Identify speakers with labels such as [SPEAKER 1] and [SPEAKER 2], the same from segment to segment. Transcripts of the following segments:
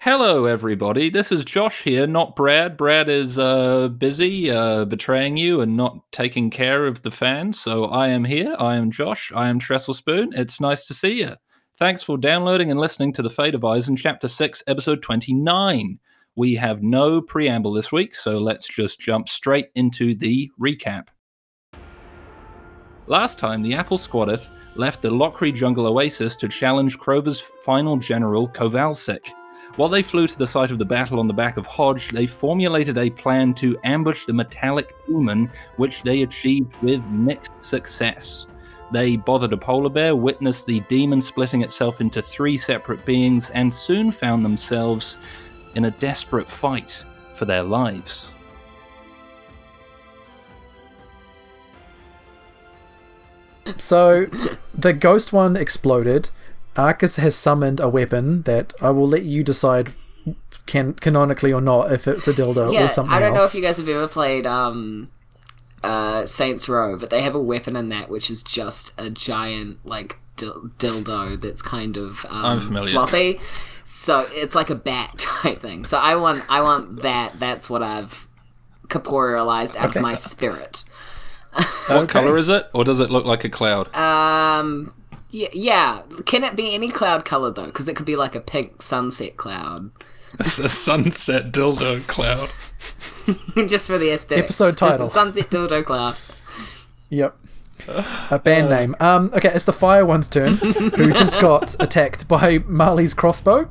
[SPEAKER 1] Hello, everybody. This is Josh here, not Brad. Brad is uh, busy uh, betraying you and not taking care of the fans. So I am here. I am Josh. I am Trestle Spoon. It's nice to see you. Thanks for downloading and listening to The Fate of Eisen, Chapter 6, Episode 29. We have no preamble this week, so let's just jump straight into the recap. Last time, the Apple Squadeth left the Lockery Jungle Oasis to challenge Krover's final general, Kovalsik. While they flew to the site of the battle on the back of Hodge, they formulated a plan to ambush the metallic human, which they achieved with mixed success. They bothered a polar bear, witnessed the demon splitting itself into three separate beings, and soon found themselves in a desperate fight for their lives.
[SPEAKER 2] So, the ghost one exploded. Arcus has summoned a weapon that I will let you decide can canonically or not if it's a dildo
[SPEAKER 3] Yeah,
[SPEAKER 2] or something
[SPEAKER 3] I don't know
[SPEAKER 2] else.
[SPEAKER 3] if you guys have ever played um, uh, Saints Row, but they have a weapon in that which is just a giant like dil- dildo that's kind of um,
[SPEAKER 1] I'm familiar.
[SPEAKER 3] floppy. So it's like a bat type thing. So I want, I want that. That's what I've corporealized out
[SPEAKER 2] Okay.
[SPEAKER 3] of my spirit.
[SPEAKER 1] What color is it, or does it look like a cloud?
[SPEAKER 3] Um, yeah, yeah. Can it be any cloud color though? Because it could be like a pink sunset cloud,
[SPEAKER 1] It's a sunset dildo cloud.
[SPEAKER 3] just for the aesthetics.
[SPEAKER 2] Episode title.
[SPEAKER 3] sunset dildo cloud.
[SPEAKER 2] Yep. A band
[SPEAKER 4] Uh.
[SPEAKER 2] name. Um, okay, it's the fire one's turn, who just got attacked by Marley's crossbow,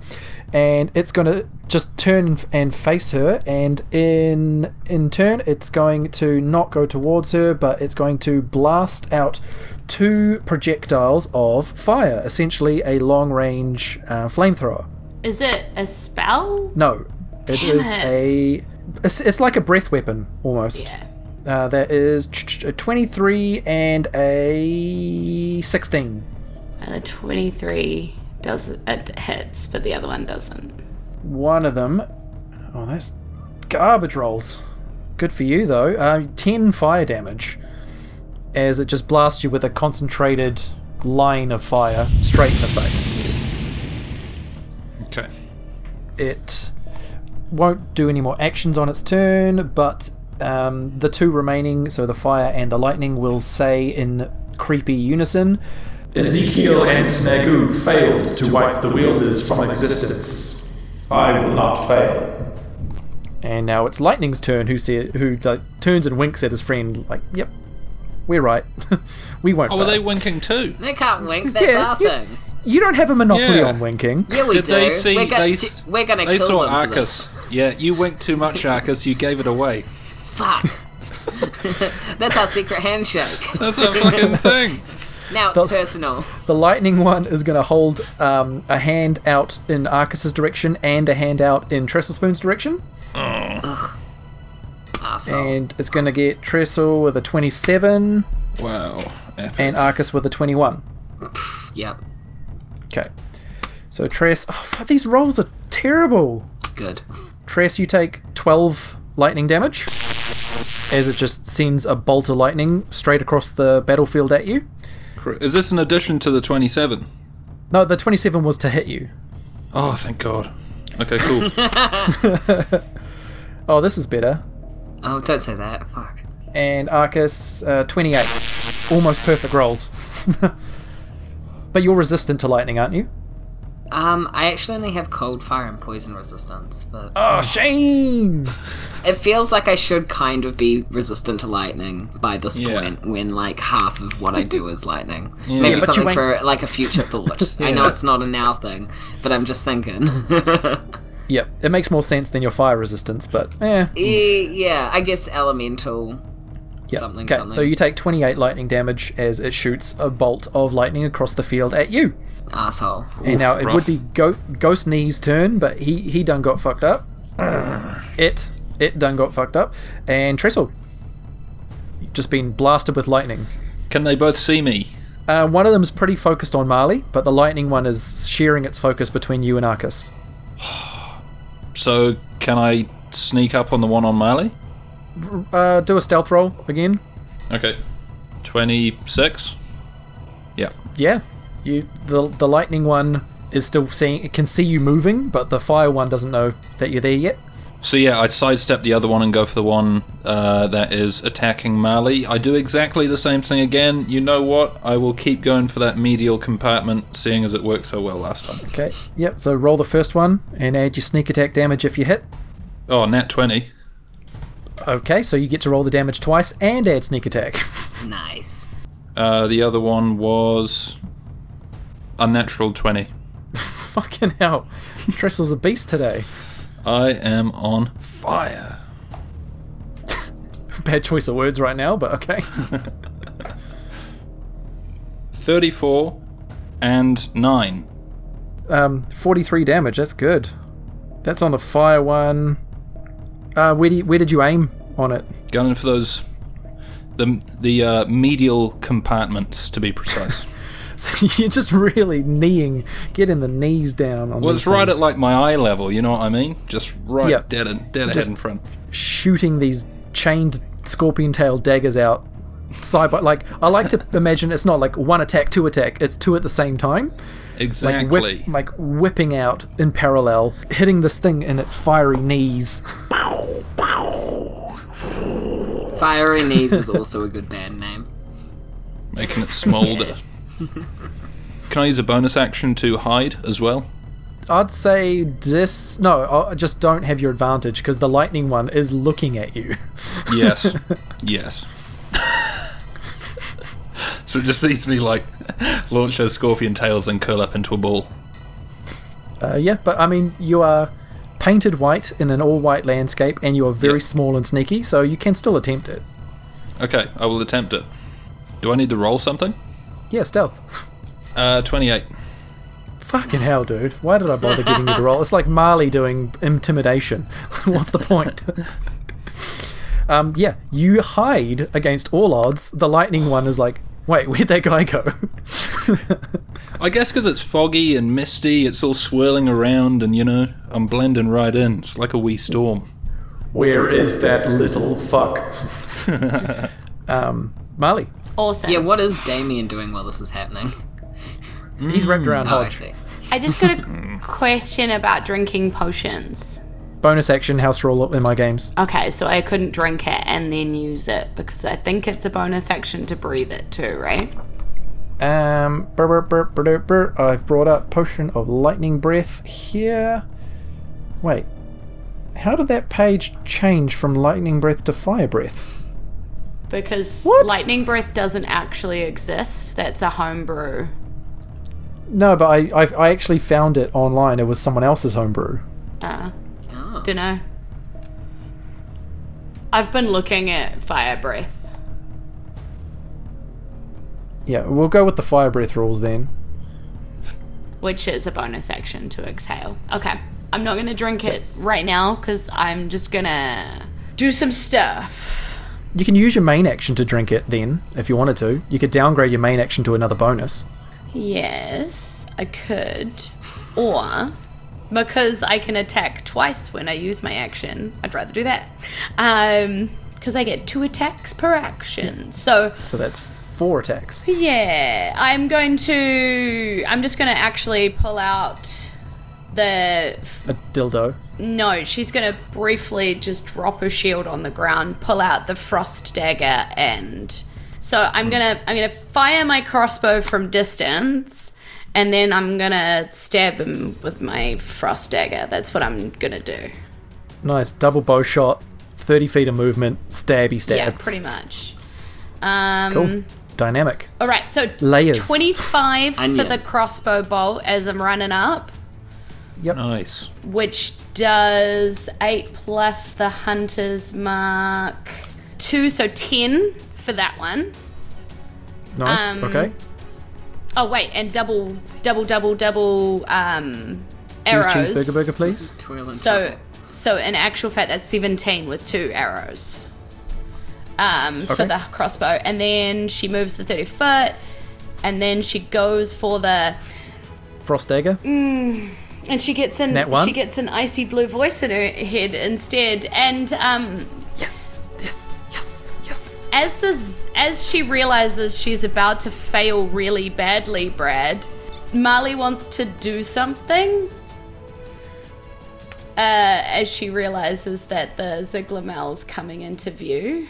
[SPEAKER 2] and it's gonna just turn and face her, and in in turn, it's going to not go towards her, but it's going to blast out two projectiles of fire, essentially a long range uh, flamethrower.
[SPEAKER 4] Is it a spell?
[SPEAKER 2] No, it
[SPEAKER 4] Damn
[SPEAKER 2] is
[SPEAKER 4] it.
[SPEAKER 2] a. It's, it's like a breath weapon almost.
[SPEAKER 4] Yeah.
[SPEAKER 2] Uh, that is ch- ch- a 23 and a 16.
[SPEAKER 4] And the 23 does it hits, but the other one doesn't.
[SPEAKER 2] One of them. Oh, that's garbage rolls. Good for you, though. Uh, 10 fire damage as it just blasts you with a concentrated line of fire straight in the face.
[SPEAKER 1] Okay.
[SPEAKER 2] It won't do any more actions on its turn, but um, the two remaining, so the fire and the lightning, will say in creepy unison.
[SPEAKER 5] Ezekiel and Snagu failed to wipe the wielders from existence. I will not fail.
[SPEAKER 2] And now it's Lightning's turn, who see, who like, turns and winks at his friend, like, "Yep, we're right. we won't."
[SPEAKER 1] Oh, were
[SPEAKER 2] fail."
[SPEAKER 1] they winking too?
[SPEAKER 3] They can't wink. That's
[SPEAKER 2] Yeah,
[SPEAKER 3] our
[SPEAKER 2] you-
[SPEAKER 3] thing.
[SPEAKER 2] you don't have a monopoly
[SPEAKER 1] Yeah.
[SPEAKER 2] on winking.
[SPEAKER 3] Yeah, we
[SPEAKER 1] Did
[SPEAKER 3] do.
[SPEAKER 1] they see-
[SPEAKER 3] we're, gonna,
[SPEAKER 1] they
[SPEAKER 3] j-
[SPEAKER 1] s-
[SPEAKER 3] we're gonna
[SPEAKER 1] They
[SPEAKER 3] kill
[SPEAKER 1] saw
[SPEAKER 3] them for this.
[SPEAKER 1] Arcus. Yeah, you winked too much, Arcus. You gave it away.
[SPEAKER 3] Fuck. That's our secret handshake.
[SPEAKER 1] That's a fucking thing.
[SPEAKER 3] Now it's personal.
[SPEAKER 2] The Lightning one is going to hold um, a hand out in Arcus's direction and a hand out in Trestlespoon's direction,
[SPEAKER 3] Asshole.
[SPEAKER 2] and it's going to get Trestle with a twenty-seven
[SPEAKER 1] Wow. Epic.
[SPEAKER 2] and Arcus with a twenty-one.
[SPEAKER 3] Yep.
[SPEAKER 2] Okay, so Tress, oh, fuck, these rolls are terrible.
[SPEAKER 3] Good.
[SPEAKER 2] Tress, you take 12 lightning damage as it just sends a bolt of lightning straight across the battlefield at you.
[SPEAKER 1] Is this an addition to the 27?
[SPEAKER 2] No, the 27 was to hit you.
[SPEAKER 1] Oh, thank God. Okay, cool.
[SPEAKER 2] Oh, this is better.
[SPEAKER 3] Oh, don't say that. Fuck.
[SPEAKER 2] And Arcus, uh, 28. Almost perfect rolls. but you're resistant to lightning, aren't you?
[SPEAKER 3] Um, I actually only have cold, fire, and poison resistance, but
[SPEAKER 1] Ah.
[SPEAKER 2] Oh, shame!
[SPEAKER 3] it feels like I should kind of be resistant to lightning by this
[SPEAKER 1] Yeah.
[SPEAKER 3] point. When like half of what I do is lightning,
[SPEAKER 1] Yeah,
[SPEAKER 3] maybe
[SPEAKER 1] but
[SPEAKER 2] you
[SPEAKER 3] something
[SPEAKER 2] ain't-
[SPEAKER 3] for like a future thought. I know it's not a now thing, but I'm just thinking.
[SPEAKER 2] Yep, it makes more sense than your fire resistance, but eh.
[SPEAKER 3] Eh, yeah, I guess elemental.
[SPEAKER 2] Yep.
[SPEAKER 3] Something,
[SPEAKER 2] okay,
[SPEAKER 3] something.
[SPEAKER 2] so you take 28 lightning damage as it shoots a bolt of lightning across the field at you.
[SPEAKER 3] Asshole.
[SPEAKER 2] And now it
[SPEAKER 1] rough.
[SPEAKER 2] would be Go- Ghost Knee's turn, but he he done got fucked up. it it done got fucked up, and Trestle just been blasted with lightning.
[SPEAKER 1] Can they both see me?
[SPEAKER 2] Uh, one of them's pretty focused on Marley, but the lightning one is sharing its focus between you and Arcus.
[SPEAKER 1] So can I sneak up on the one on Marley?
[SPEAKER 2] Uh, do a stealth roll again.
[SPEAKER 1] Okay. 26? Yeah.
[SPEAKER 2] Yeah, you the the lightning one is still seeing it can see you moving, but the fire one doesn't know that you're there yet.
[SPEAKER 1] So yeah, I sidestep the other one and go for the one uh, that is attacking Marley. I do exactly the same thing again. You know what? I will keep going for that medial compartment, seeing as it worked so well last time.
[SPEAKER 2] Okay. Yep. So roll the first one and add your sneak attack damage if you hit.
[SPEAKER 1] Oh, nat twenty.
[SPEAKER 2] Okay. So you get to roll the damage twice and add sneak attack.
[SPEAKER 3] Nice.
[SPEAKER 1] Uh, the other one was unnatural twenty.
[SPEAKER 2] Fucking hell, Trestle's a beast today.
[SPEAKER 1] I am on fire.
[SPEAKER 2] Bad choice of words right now, but okay.
[SPEAKER 1] Thirty-four and nine.
[SPEAKER 2] Um, forty-three damage. That's good. That's on the fire one. Uh, where do you, where did you aim on it?
[SPEAKER 1] Going for those the the uh, medial compartments to be precise.
[SPEAKER 2] So you're just really kneeing, getting the knees down. On
[SPEAKER 1] Well,
[SPEAKER 2] these
[SPEAKER 1] it's right
[SPEAKER 2] things.
[SPEAKER 1] at like my eye level. You know what I mean? Just right
[SPEAKER 2] Yeah.
[SPEAKER 1] dead and dead ahead
[SPEAKER 2] Just-
[SPEAKER 1] in front.
[SPEAKER 2] shooting these chained scorpion tail daggers out side by like I like to imagine it's not like one attack, two attack, it's two at the same time. Like, whip-
[SPEAKER 1] Exactly.
[SPEAKER 2] like whipping out in parallel, hitting this thing in its fiery knees.
[SPEAKER 3] Fiery Knees is also a good band name.
[SPEAKER 1] making it smolder. Can I use a bonus action to hide as well?
[SPEAKER 2] I'd say this no, I just don't have your advantage because the lightning one is looking at you.
[SPEAKER 1] Yes. yes. so it just sees me like launch those scorpion tails and curl up into a ball.
[SPEAKER 2] Uh, yeah, but I mean you are painted white in an all white landscape and you are very
[SPEAKER 1] Yep.
[SPEAKER 2] small and sneaky, so you can still attempt it.
[SPEAKER 1] Okay, I will attempt it. Do I need to roll something?
[SPEAKER 2] Yeah, stealth.
[SPEAKER 1] Uh, 28.
[SPEAKER 2] Fucking hell, dude. Why did I bother getting you to roll? It's like Marley doing intimidation. What's the point? um, yeah, you hide against all odds. The lightning one is like, wait, where'd that guy go?
[SPEAKER 1] I guess because it's foggy and misty, it's all swirling around, and you know, I'm blending right in. It's like a wee storm.
[SPEAKER 5] Where is that little fuck?
[SPEAKER 2] um, Marley,
[SPEAKER 4] Awesome.
[SPEAKER 3] Yeah, what is Damien doing while this is happening?
[SPEAKER 2] he's wrapped around
[SPEAKER 3] Oh, I
[SPEAKER 2] Hodge.
[SPEAKER 3] see.
[SPEAKER 4] I just got a question about drinking potions.
[SPEAKER 2] Bonus action house rule in my games.
[SPEAKER 4] Okay, so I couldn't drink it and then use it because I think it's a bonus action to breathe it too, right?
[SPEAKER 2] Um, brr, brr, brr, brr, brr, brr. I've brought up Potion of Lightning Breath here. Wait, how did that page change from Lightning Breath to Fire Breath?
[SPEAKER 4] Because
[SPEAKER 2] What?
[SPEAKER 4] lightning breath doesn't actually exist. That's a homebrew.
[SPEAKER 2] No, but I, I I actually found it online. It was someone else's homebrew.
[SPEAKER 4] Uh,
[SPEAKER 3] Oh.
[SPEAKER 4] don't know. I've been looking at fire breath.
[SPEAKER 2] Yeah, we'll go with the fire breath rules then.
[SPEAKER 4] which is a bonus action to exhale. Okay. I'm not going to drink it right now because I'm just going to do some stuff.
[SPEAKER 2] You can use your main action to drink it then, if you wanted to. You could downgrade your main action to another bonus.
[SPEAKER 4] Yes, I could. Or because I can attack twice when I use my action, I'd rather do that. Um, because I get two attacks per action. So,
[SPEAKER 2] So that's four attacks.
[SPEAKER 4] yeah, I'm going to. I'm just going to actually pull out the
[SPEAKER 2] A dildo.
[SPEAKER 4] No, she's going to briefly just drop her shield on the ground, pull out the frost dagger, and so I'm gonna I'm gonna fire my crossbow from distance, and then I'm gonna stab him with my frost dagger. That's what I'm gonna do.
[SPEAKER 2] Nice double bow shot, thirty feet of movement, stabby stab.
[SPEAKER 4] Yeah, pretty much. Um,
[SPEAKER 2] cool. Dynamic.
[SPEAKER 4] All right, so
[SPEAKER 2] Layers.
[SPEAKER 4] 25 for
[SPEAKER 3] Onion.
[SPEAKER 4] the crossbow bolt as I'm running up,
[SPEAKER 1] Nice.
[SPEAKER 4] which does eight plus the hunter's mark two, so 10 for that one.
[SPEAKER 2] Nice.
[SPEAKER 4] um,
[SPEAKER 2] okay.
[SPEAKER 4] Oh wait, and double, double, double, double um,
[SPEAKER 2] Cheese
[SPEAKER 4] arrows.
[SPEAKER 2] cheeseburger burger, please.
[SPEAKER 3] Twirl and
[SPEAKER 4] So,
[SPEAKER 3] twirl.
[SPEAKER 4] so in actual fact, that's seventeen with two arrows um, for
[SPEAKER 2] Okay.
[SPEAKER 4] the crossbow, and then she moves the thirty foot, and then she goes for the,
[SPEAKER 2] Frost dagger.
[SPEAKER 4] and she gets an
[SPEAKER 2] Nat one?
[SPEAKER 4] she gets an icy blue voice in her head instead, and um,
[SPEAKER 2] Yes. Yes. Yes. Yes.
[SPEAKER 4] as this, as she realizes she's about to fail really badly, Brad, Marley wants to do something. Uh, as she realizes that the Ziglamel's coming into view.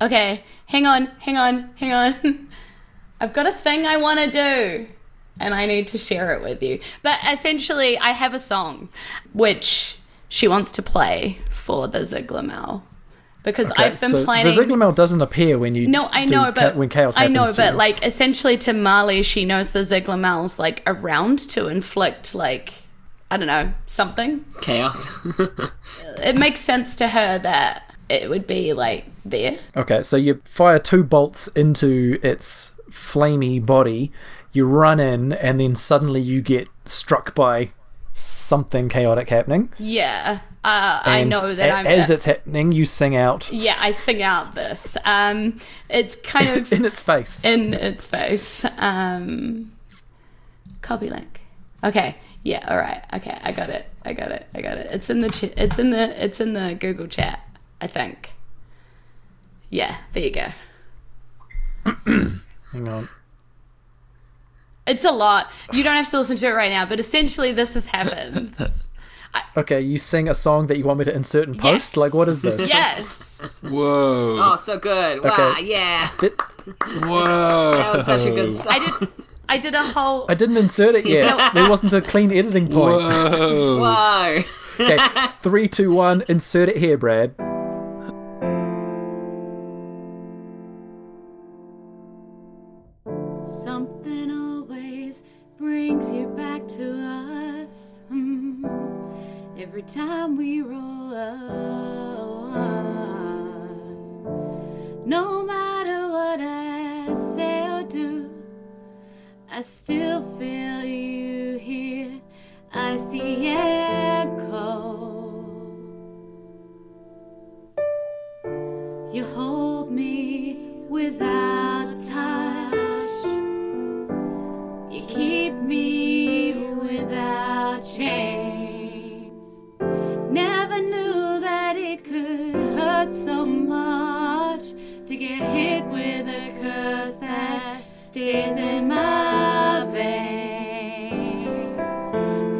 [SPEAKER 4] Okay, hang on, hang on, hang on. I've got a thing I want to do, and I need to share it with you. But essentially, I have a song which she wants to play for the Ziglamel because I've been
[SPEAKER 2] so
[SPEAKER 4] planning.
[SPEAKER 2] The Ziglamel doesn't appear when you
[SPEAKER 4] No, I
[SPEAKER 2] do
[SPEAKER 4] know,
[SPEAKER 2] ca-
[SPEAKER 4] but
[SPEAKER 2] when chaos
[SPEAKER 4] I
[SPEAKER 2] happens
[SPEAKER 4] know,
[SPEAKER 2] to
[SPEAKER 4] but
[SPEAKER 2] you.
[SPEAKER 4] like essentially to Marley, she knows the Ziglamel's like around to inflict like I don't know something.
[SPEAKER 3] Chaos.
[SPEAKER 4] It makes sense to her that it would be like there.
[SPEAKER 2] Okay, so you fire two bolts into its flamey body, you run in, and then suddenly you get struck by something chaotic happening.
[SPEAKER 4] Yeah, uh, I
[SPEAKER 2] And
[SPEAKER 4] know that
[SPEAKER 2] a-
[SPEAKER 4] i I'm.
[SPEAKER 2] as it's happening, you sing out
[SPEAKER 4] yeah, I sing out this. Um, it's kind of
[SPEAKER 2] in its face.
[SPEAKER 4] in its face. Um, copy link. Okay. Yeah. All right. Okay. I got it. I got it. I got it. It's in the. Ch- it's in the. It's in the Google chat. I think. Yeah. There you go.
[SPEAKER 2] Hang on.
[SPEAKER 4] It's a lot. You don't have to listen to it right now, but essentially, this has happened.
[SPEAKER 2] Okay, you sing a song that you want me to insert in post?
[SPEAKER 4] Yes.
[SPEAKER 2] Like, what is this?
[SPEAKER 4] yes.
[SPEAKER 1] Whoa.
[SPEAKER 3] oh, so good. Wow,
[SPEAKER 2] Okay. Oh.
[SPEAKER 3] yeah.
[SPEAKER 1] Whoa.
[SPEAKER 3] That was such a good song.
[SPEAKER 4] I did. I did a whole.
[SPEAKER 2] I didn't insert it yet. there wasn't a clean editing point.
[SPEAKER 1] Whoa.
[SPEAKER 3] Whoa.
[SPEAKER 2] Okay, three, two, one, insert it here, Brad.
[SPEAKER 4] Something always brings you back to us. Mm. Every time we roll up, no matter what I say or do, I still feel you here. I see echo. You hold me without touch. You keep me without chains. Never knew that it could hurt so much to get hit with a curse that stays in my veins.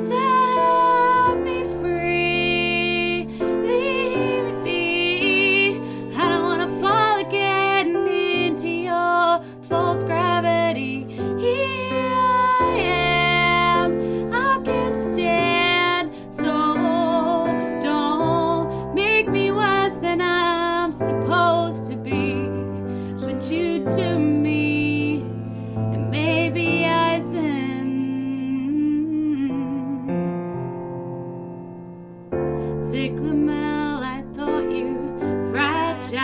[SPEAKER 4] Set me free, leave me be. I don't wanna fall again into your false gravity. Here I am, I can stand, so don't make me worse than I'm supposed to be. But you do me, and maybe I sin. Ziglamel, I thought you fragile.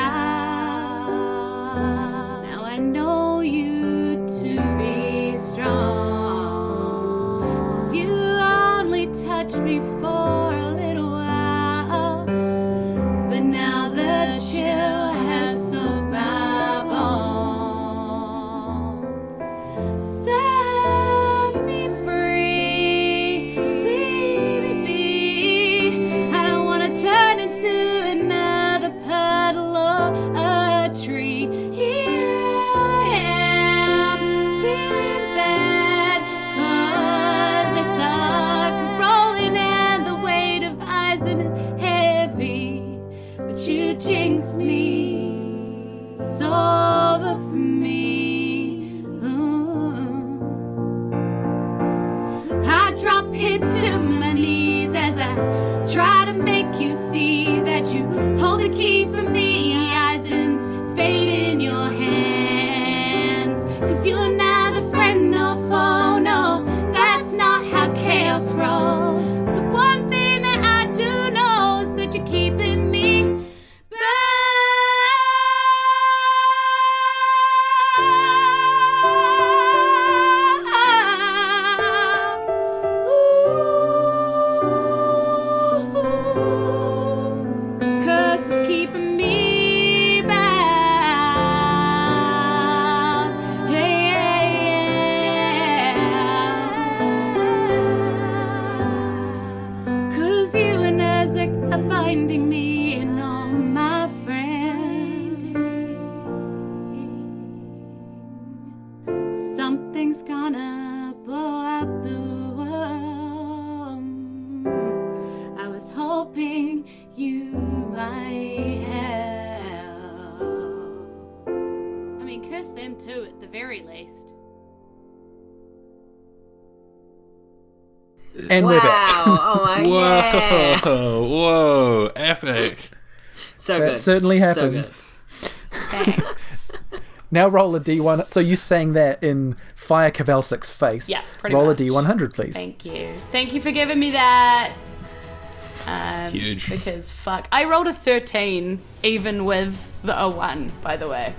[SPEAKER 4] Now I know you to be strong. 'Cause you only touched me for a little while. But now the chill has soaked my bones. Set me free, leave me be. I don't wanna turn into another puddle or a tree. Here I am, feeling bad, 'cause I suck at rolling and the weight of Eisen is heavy. But you jinxed me, it's over for Oh. me. Ooh. I drop hit to my knees as I try to make you see that you hold the key for me. Eisen's fade in your hands. Cause you're not a friend or foe, no, that's not how chaos rolls. The one thing that I do know is that you're keeping me back. Cause it's keeping me back. Yeah. Cause you and Isaac are binding me and all my friends. Something's gonna
[SPEAKER 6] blow up the world. I was hoping you might help. I mean, curse them too, at the very least.
[SPEAKER 2] And we're back.
[SPEAKER 3] Wow! Oh my
[SPEAKER 1] Whoa,
[SPEAKER 3] god!
[SPEAKER 1] whoa, epic.
[SPEAKER 3] So
[SPEAKER 2] That
[SPEAKER 3] good.
[SPEAKER 2] certainly
[SPEAKER 3] So
[SPEAKER 2] happened.
[SPEAKER 3] good.
[SPEAKER 4] Thanks.
[SPEAKER 2] Now roll a d1. So you sang that in Fire Cavalsic's face.
[SPEAKER 4] Yeah, pretty
[SPEAKER 2] Roll
[SPEAKER 4] much.
[SPEAKER 2] a d100, please.
[SPEAKER 4] Thank you. Thank you for giving me that. Um,
[SPEAKER 1] Huge.
[SPEAKER 4] Because fuck, I rolled a 13 even with the A1, by the way,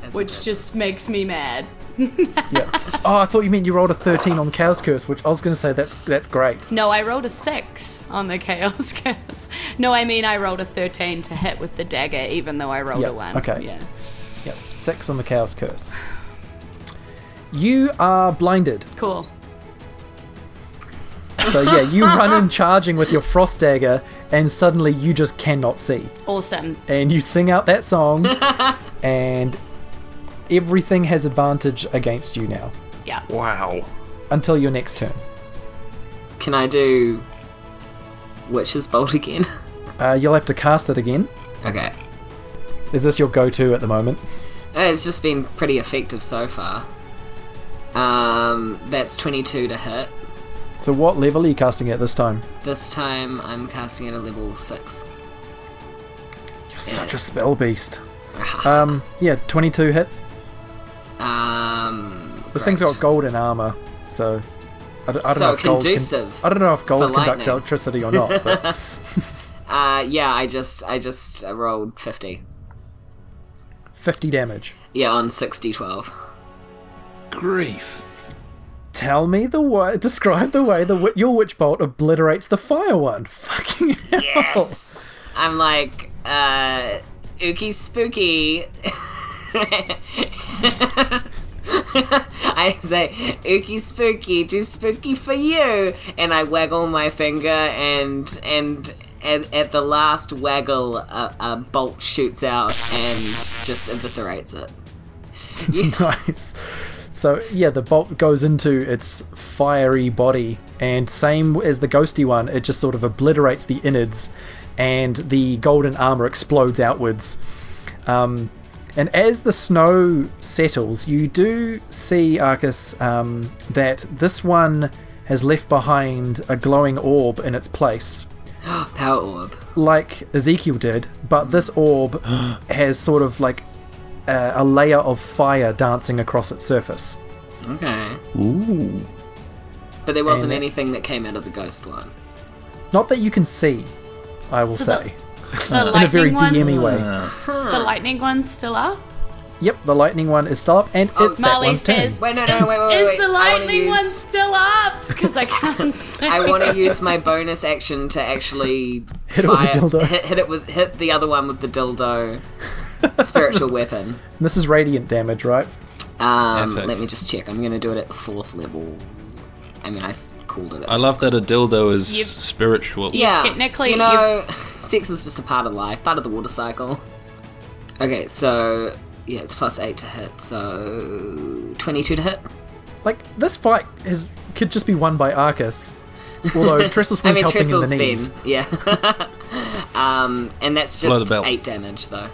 [SPEAKER 3] That's
[SPEAKER 4] which
[SPEAKER 3] impressive.
[SPEAKER 4] just makes me mad.
[SPEAKER 2] Yeah. Oh, I thought you meant you rolled a 13 on Cow's Curse, which I was going to say that's that's great.
[SPEAKER 4] No, I rolled a 6 on the Chaos Curse. No, I mean I rolled a 13 to hit with the dagger even though I rolled
[SPEAKER 2] Yeah,
[SPEAKER 4] a 1.
[SPEAKER 2] okay.
[SPEAKER 4] Yeah.
[SPEAKER 2] Yep. Six on the Cow's Curse. You are blinded.
[SPEAKER 4] Cool.
[SPEAKER 2] So yeah, you run in charging with your frost dagger, and suddenly you just cannot see.
[SPEAKER 4] Awesome.
[SPEAKER 2] And you sing out that song, and everything has advantage against you now
[SPEAKER 4] Yeah.
[SPEAKER 1] Wow.
[SPEAKER 2] until your next turn.
[SPEAKER 3] Can I do Witch's Bolt again?
[SPEAKER 2] Uh, you'll have to cast it again.
[SPEAKER 3] okay.
[SPEAKER 2] Is this your go-to at the moment?
[SPEAKER 3] It's just been pretty effective so far. Um, that's 22 to hit.
[SPEAKER 2] So what level are you casting at this time?
[SPEAKER 3] This time I'm casting at a level 6.
[SPEAKER 2] You're such a spell beast. Um, yeah, 22 hits.
[SPEAKER 3] Um,
[SPEAKER 2] This thing's
[SPEAKER 3] great.
[SPEAKER 2] got golden armor, so I, d- I don't
[SPEAKER 3] So
[SPEAKER 2] know if gold. Con-
[SPEAKER 3] conducive
[SPEAKER 2] I don't know if gold
[SPEAKER 3] for
[SPEAKER 2] conducts
[SPEAKER 3] lightning.
[SPEAKER 2] electricity or not. But
[SPEAKER 3] Uh, yeah, I just I just uh, rolled 50.
[SPEAKER 2] 50 damage.
[SPEAKER 3] Yeah, on 60 12.
[SPEAKER 1] Grief.
[SPEAKER 2] Tell me the way. Describe the way the wi- your witch bolt obliterates the fire one. Fucking hell.
[SPEAKER 3] Yes. I'm like, uh, ooky spooky. I say, ooky spooky, too spooky for you. And I waggle my finger, and and at, at the last waggle, a, a bolt shoots out and just eviscerates it.
[SPEAKER 2] Nice. So yeah, the bolt goes into its fiery body, and same as the ghosty one, it just sort of obliterates the innards, and the golden armor explodes outwards. Um, and as the snow settles, you do see Arcus um, that this one has left behind a glowing orb in its place
[SPEAKER 3] Power orb.
[SPEAKER 2] like Ezekiel did, but this orb has sort of like a, a layer of fire dancing across its surface.
[SPEAKER 3] Okay.
[SPEAKER 1] Ooh.
[SPEAKER 3] But there wasn't
[SPEAKER 2] And-
[SPEAKER 3] anything that came out of the ghost one.
[SPEAKER 2] Not that you can see, I will
[SPEAKER 4] So
[SPEAKER 2] say,
[SPEAKER 4] The
[SPEAKER 2] in a very
[SPEAKER 4] lightning
[SPEAKER 2] DME
[SPEAKER 4] one's-
[SPEAKER 2] way.
[SPEAKER 1] Uh,
[SPEAKER 4] The lightning one's still up.
[SPEAKER 2] Yep, the lightning one is still up, and
[SPEAKER 3] Oh,
[SPEAKER 2] it's that
[SPEAKER 4] Molly
[SPEAKER 2] one's turn.
[SPEAKER 4] says,
[SPEAKER 3] Wait, no, no, wait, wait, wait.
[SPEAKER 4] Is
[SPEAKER 3] wait.
[SPEAKER 4] the
[SPEAKER 3] I wanna
[SPEAKER 4] lightning
[SPEAKER 3] use-
[SPEAKER 4] one still up? Because I can't see.
[SPEAKER 3] I want to use my bonus action to actually
[SPEAKER 2] Hit it with the dildo.
[SPEAKER 3] Hit, hit it with hit the other one with the dildo spiritual weapon.
[SPEAKER 2] And this is radiant damage, right?
[SPEAKER 3] Um,
[SPEAKER 1] Epic.
[SPEAKER 3] let me just check. I'm gonna do it at the fourth level. I mean, I s- called it. At
[SPEAKER 1] I love that a dildo is
[SPEAKER 4] You've-
[SPEAKER 1] spiritual.
[SPEAKER 3] yeah,
[SPEAKER 4] technically,
[SPEAKER 3] you know, sex is just a part of life, part of the water cycle. Okay, so yeah, it's plus eight to hit, so twenty-two to hit.
[SPEAKER 2] Like this fight is could just be won by Arcus, although Tristle's
[SPEAKER 3] I
[SPEAKER 2] been
[SPEAKER 3] mean,
[SPEAKER 2] helping
[SPEAKER 3] Tristle's
[SPEAKER 2] in the
[SPEAKER 3] been
[SPEAKER 2] knees.
[SPEAKER 3] yeah. um, and that's
[SPEAKER 1] Below the
[SPEAKER 3] just
[SPEAKER 1] belt.
[SPEAKER 3] eight damage though.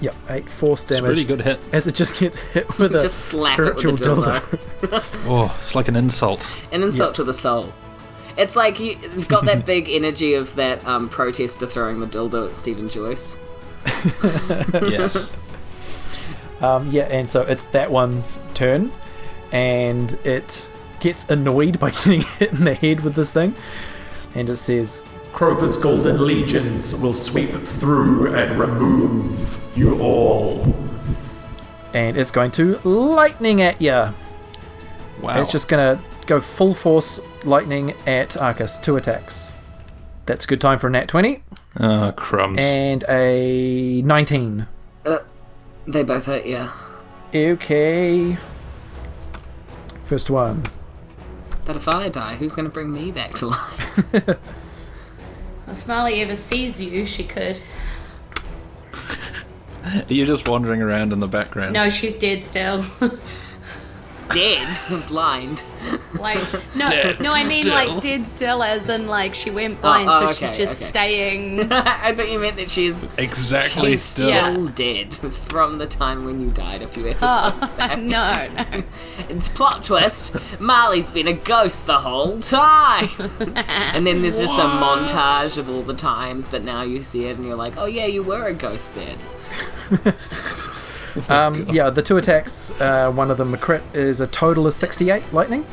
[SPEAKER 2] Yep, eight force
[SPEAKER 1] It's a pretty
[SPEAKER 2] damage.
[SPEAKER 1] good hit.
[SPEAKER 2] As it just gets hit with a
[SPEAKER 3] Just slap it with the
[SPEAKER 2] spiritual
[SPEAKER 3] dildo.
[SPEAKER 1] Oh, it's like an insult.
[SPEAKER 3] an insult to the soul. It's like you you've got that big energy of that um, protester throwing the dildo at Stephen Joyce.
[SPEAKER 1] Yes.
[SPEAKER 2] Um, yeah, and so it's that one's turn, and it gets annoyed by getting hit in the head with this thing, and it says,
[SPEAKER 5] Krova's golden legions will sweep through and remove you all.
[SPEAKER 2] and it's going to lightning at you.
[SPEAKER 1] Wow.
[SPEAKER 2] It's just gonna go full force lightning at Arcus. Two attacks. That's a good time for a nat twenty
[SPEAKER 1] Oh, crumbs.
[SPEAKER 2] and a nineteen.
[SPEAKER 3] Uh, they both hurt, yeah.
[SPEAKER 2] Okay. First one.
[SPEAKER 3] But if I die, who's going to bring me back to life?
[SPEAKER 4] If Molly ever sees you, she could.
[SPEAKER 1] You're just wandering around in the background.
[SPEAKER 4] No, she's dead still.
[SPEAKER 3] dead, blind.
[SPEAKER 4] Like no,
[SPEAKER 1] Dead
[SPEAKER 4] no, I mean
[SPEAKER 1] still.
[SPEAKER 4] like dead still, as in like she went blind,
[SPEAKER 3] oh,
[SPEAKER 4] so she's
[SPEAKER 3] okay,
[SPEAKER 4] just
[SPEAKER 3] okay.
[SPEAKER 4] staying.
[SPEAKER 3] I thought you meant that she's
[SPEAKER 1] Exactly
[SPEAKER 3] she's
[SPEAKER 1] still.
[SPEAKER 3] still
[SPEAKER 4] Yeah.
[SPEAKER 3] dead. It was from the time when you died a few episodes
[SPEAKER 4] Oh,
[SPEAKER 3] back.
[SPEAKER 4] no, no.
[SPEAKER 3] It's plot twist. Marley's been a ghost the whole time. and then there's just a montage of all the times, but now you see it and you're like, oh yeah, you were a ghost then.
[SPEAKER 2] Um, yeah, the two attacks. Uh, one of them a crit is a total of sixty-eight lightning.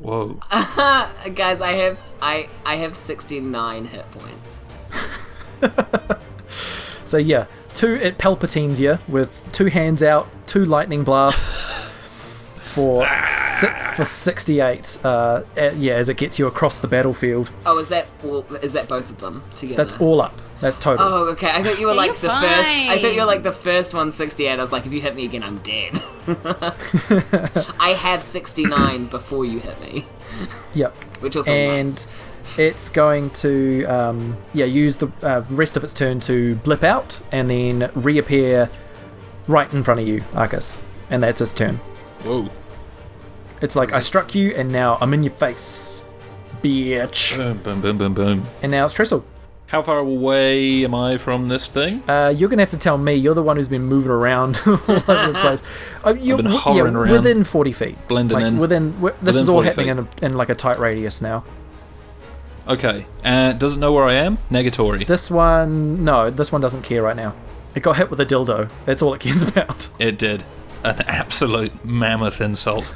[SPEAKER 1] Whoa.
[SPEAKER 3] Uh, guys, I have I I have 69 hit points.
[SPEAKER 2] So yeah, two it palpatines you with two hands out, two lightning blasts for si- for sixty-eight. Uh, uh, yeah, as it gets you across the battlefield.
[SPEAKER 3] Oh, is that all? Is that both of them together?
[SPEAKER 2] That's all up. That's total.
[SPEAKER 3] Uh-huh. Oh, okay. I thought you were like
[SPEAKER 4] you're
[SPEAKER 3] the first. I thought you were
[SPEAKER 4] fine.
[SPEAKER 3] like the first one, 68. I was like, if you hit me again, I'm dead. I have 69 before you hit me,
[SPEAKER 2] Yep.
[SPEAKER 3] which was
[SPEAKER 2] And
[SPEAKER 3] nice.
[SPEAKER 2] it's going to um, yeah use the uh, rest of its turn to blip out and then reappear right in front of you, Arcus. And that's its turn.
[SPEAKER 1] Whoa.
[SPEAKER 2] It's like I struck you, and now I'm in your face,
[SPEAKER 3] Uh-huh.
[SPEAKER 2] bitch.
[SPEAKER 1] Boom, boom, boom, boom, boom.
[SPEAKER 2] And now it's Trestle.
[SPEAKER 1] How far away am I from this thing?
[SPEAKER 2] Uh, you're gonna have to tell me. You're the one who's been moving around all over the place. Uh, you're
[SPEAKER 1] been
[SPEAKER 2] yeah,
[SPEAKER 1] hovering around.
[SPEAKER 2] within 40 feet,
[SPEAKER 1] Blending
[SPEAKER 2] like,
[SPEAKER 1] in.
[SPEAKER 2] Within w- this
[SPEAKER 1] Within
[SPEAKER 2] is all
[SPEAKER 1] 40
[SPEAKER 2] happening in, a, in like a tight radius now.
[SPEAKER 1] Okay. Uh, doesn't know where I am? Negatory.
[SPEAKER 2] This one, no, this one doesn't care right now. It got hit with a dildo. That's all it cares about.
[SPEAKER 1] It did. An absolute mammoth insult.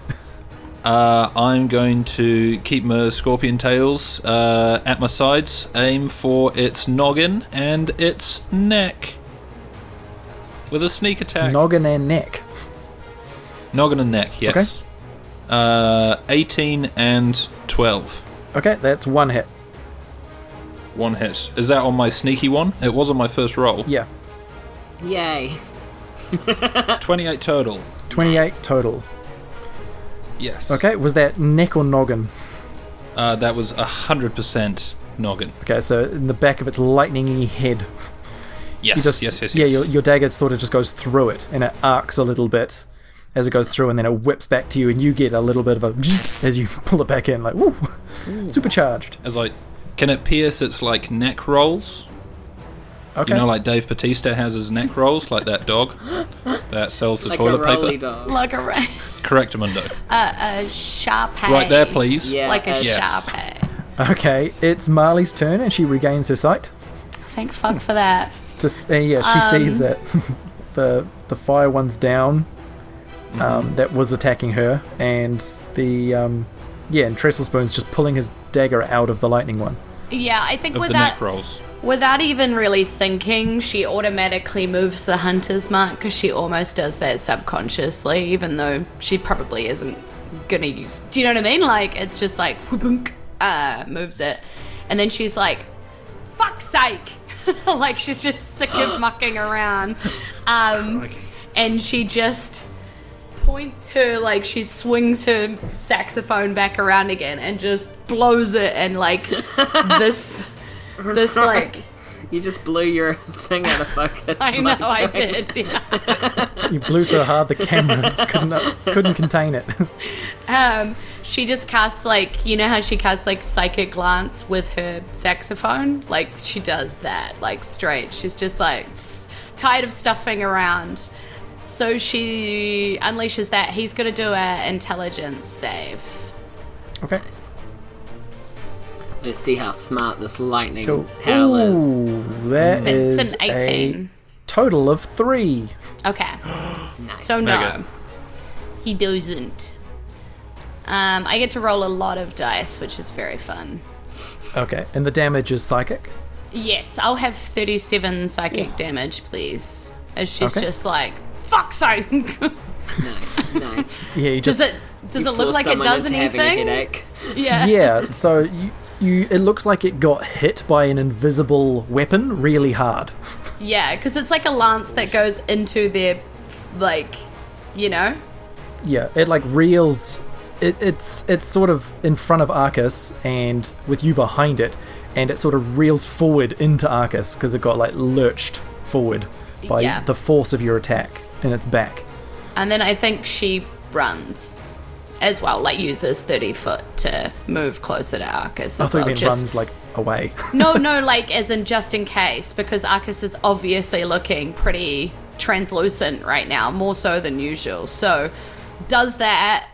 [SPEAKER 1] Uh, I'm going to keep my scorpion tails uh, at my sides, aim for its noggin and its neck. With a sneak attack.
[SPEAKER 2] Noggin and neck.
[SPEAKER 1] noggin and neck, yes. Uh, 18 and 12.
[SPEAKER 2] Okay, that's one hit.
[SPEAKER 1] One hit. Is that on my sneaky one? It was on my first roll.
[SPEAKER 2] Yeah,
[SPEAKER 3] Yay!
[SPEAKER 1] 28 total.
[SPEAKER 2] 28 total.
[SPEAKER 1] Yes.
[SPEAKER 2] Okay, was that neck or noggin?
[SPEAKER 1] Uh, that was 100% noggin.
[SPEAKER 2] Okay, so in the back of its lightningy head.
[SPEAKER 1] Yes,
[SPEAKER 2] you just
[SPEAKER 1] yes, yes, yes.
[SPEAKER 2] yeah your, your dagger sort of just goes through it and it arcs a little bit as it goes through and then it whips back to you and you get a little bit of a as you pull it back in like woo supercharged
[SPEAKER 1] As like, can it pierce its like neck rolls?
[SPEAKER 2] okay
[SPEAKER 1] You know, like Dave Batista has his neck rolls, like that dog that sells the
[SPEAKER 3] Like a
[SPEAKER 1] toilet
[SPEAKER 3] rolly
[SPEAKER 1] paper.
[SPEAKER 3] dog.
[SPEAKER 4] Like a ra-
[SPEAKER 1] Correct, Mundo.
[SPEAKER 4] a sharp
[SPEAKER 1] Right there,
[SPEAKER 4] hay.
[SPEAKER 1] please.
[SPEAKER 3] Yeah.
[SPEAKER 4] Like a
[SPEAKER 1] Yes.
[SPEAKER 4] sharp hay.
[SPEAKER 2] okay it's marley's turn and she regains her sight
[SPEAKER 4] Thank fuck for that.
[SPEAKER 2] just uh, yeah she sees that the the fire one's down
[SPEAKER 1] Mm-hmm.
[SPEAKER 2] um, that was attacking her and the um, yeah and trestle spoon's just pulling his dagger out of the lightning one
[SPEAKER 4] Yeah, I think
[SPEAKER 1] Of
[SPEAKER 4] with
[SPEAKER 1] the
[SPEAKER 4] that
[SPEAKER 1] neck rolls.
[SPEAKER 4] Without even really thinking, she automatically moves the hunter's mark because she almost does that subconsciously, even though she probably isn't gonna use. Do you know what I mean? Like it's just like whoopunk, uh, moves it, and then she's like, "Fuck's sake!" like she's just sick of mucking around, um, and she just points her like she swings her saxophone back around again and just blows it and like this this like
[SPEAKER 3] You just blew your thing out of focus.
[SPEAKER 4] I know
[SPEAKER 3] my
[SPEAKER 4] I
[SPEAKER 3] guy.
[SPEAKER 4] did. yeah.
[SPEAKER 2] you blew so hard the camera couldn't couldn't contain it
[SPEAKER 4] Um, she just casts like you know how she casts like psychic glance with her saxophone. Like she does that like straight. She's just like s- tired of stuffing around. So she unleashes that. He's gonna do a intelligence save.
[SPEAKER 2] Okay.
[SPEAKER 3] Let's see how smart this lightning
[SPEAKER 2] Cool.
[SPEAKER 3] pal is.
[SPEAKER 2] Ooh, that is
[SPEAKER 4] It's an eighteen.
[SPEAKER 2] a total of three.
[SPEAKER 4] Okay. So no,
[SPEAKER 1] Mega.
[SPEAKER 4] he doesn't. Um, I get to roll a lot of dice, which is very fun.
[SPEAKER 2] Okay, and the damage is psychic.
[SPEAKER 4] Yes, I'll have 37 psychic damage, please. As she's
[SPEAKER 2] Okay.
[SPEAKER 4] just like, fuck so.
[SPEAKER 3] Nice, nice.
[SPEAKER 2] Yeah, you
[SPEAKER 4] does
[SPEAKER 2] just
[SPEAKER 4] it does
[SPEAKER 3] You
[SPEAKER 4] it look
[SPEAKER 3] force
[SPEAKER 4] like it
[SPEAKER 3] someone
[SPEAKER 4] does
[SPEAKER 3] into having a
[SPEAKER 4] anything?
[SPEAKER 3] headache.
[SPEAKER 4] Yeah.
[SPEAKER 2] yeah. So you, you, it looks like it got hit by an invisible weapon really hard.
[SPEAKER 4] Yeah, because it's like a lance that goes into their, like, you know?
[SPEAKER 2] Yeah, it like reels. It, it's it's sort of in front of Arcus and with you behind it, and it sort of reels forward into Arcus because it got like lurched forward by
[SPEAKER 4] Yeah.
[SPEAKER 2] the force of your attack in its back.
[SPEAKER 4] And then I think she runs as well, like uses 30 foot to move closer to Arcus. As
[SPEAKER 2] I thought
[SPEAKER 4] well.
[SPEAKER 2] you meant
[SPEAKER 4] just-
[SPEAKER 2] runs like away.
[SPEAKER 4] no, no, like as in just in case, because Arcus is obviously looking pretty translucent right now, more so than usual. So does that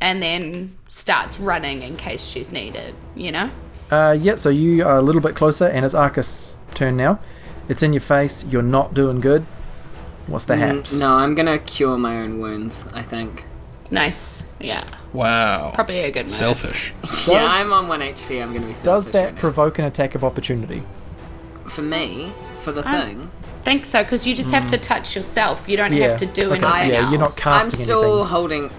[SPEAKER 4] and then starts running in case she's needed, you know?
[SPEAKER 2] Uh, yeah, so you are a little bit closer, and it's Arcus' turn now. It's in your face. You're not doing good. What's the haps?
[SPEAKER 3] Mm, No, I'm gonna cure my own wounds, I think.
[SPEAKER 4] Nice. Yeah.
[SPEAKER 1] Wow.
[SPEAKER 4] Probably a good move.
[SPEAKER 1] Selfish.
[SPEAKER 3] yeah, I'm on 1 HP, I'm gonna be
[SPEAKER 2] Does
[SPEAKER 3] selfish
[SPEAKER 2] that
[SPEAKER 3] right now.
[SPEAKER 2] provoke an attack of opportunity?
[SPEAKER 3] For me, for the thing,
[SPEAKER 4] Think so, because you just have to touch yourself. You don't
[SPEAKER 2] Yeah.
[SPEAKER 4] have to do
[SPEAKER 2] Okay,
[SPEAKER 4] anything
[SPEAKER 2] yeah,
[SPEAKER 4] else.
[SPEAKER 2] you're not ca-
[SPEAKER 3] I'm
[SPEAKER 2] Casting
[SPEAKER 3] still
[SPEAKER 2] anything.
[SPEAKER 3] holding,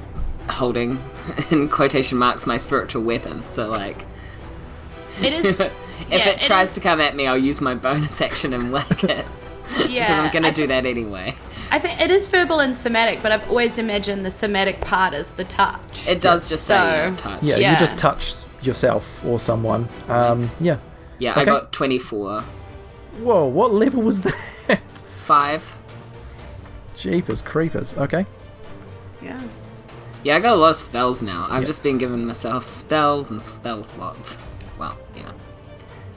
[SPEAKER 3] holding, in quotation marks, my spiritual weapon. So, like,
[SPEAKER 4] it is.
[SPEAKER 3] if
[SPEAKER 4] Yeah,
[SPEAKER 3] it tries
[SPEAKER 4] is-
[SPEAKER 3] to come at me, I'll use my bonus action and whack it.
[SPEAKER 4] yeah,
[SPEAKER 3] Because I'm gonna
[SPEAKER 4] I
[SPEAKER 3] do that anyway.
[SPEAKER 4] I think it is verbal and somatic, but I've always imagined the somatic part is the touch.
[SPEAKER 3] It does just
[SPEAKER 4] So-
[SPEAKER 3] say yeah, touch.
[SPEAKER 2] Yeah, you
[SPEAKER 4] Yeah.
[SPEAKER 2] just touch yourself or someone. Um, yeah.
[SPEAKER 3] Yeah, I
[SPEAKER 2] Okay.
[SPEAKER 3] got 24.
[SPEAKER 2] Whoa, what level was that?
[SPEAKER 3] 5.
[SPEAKER 2] Jeepers creepers. Okay.
[SPEAKER 4] yeah.
[SPEAKER 3] Yeah, I got a lot of spells now. I've just been giving myself spells and spell slots. Well, yeah.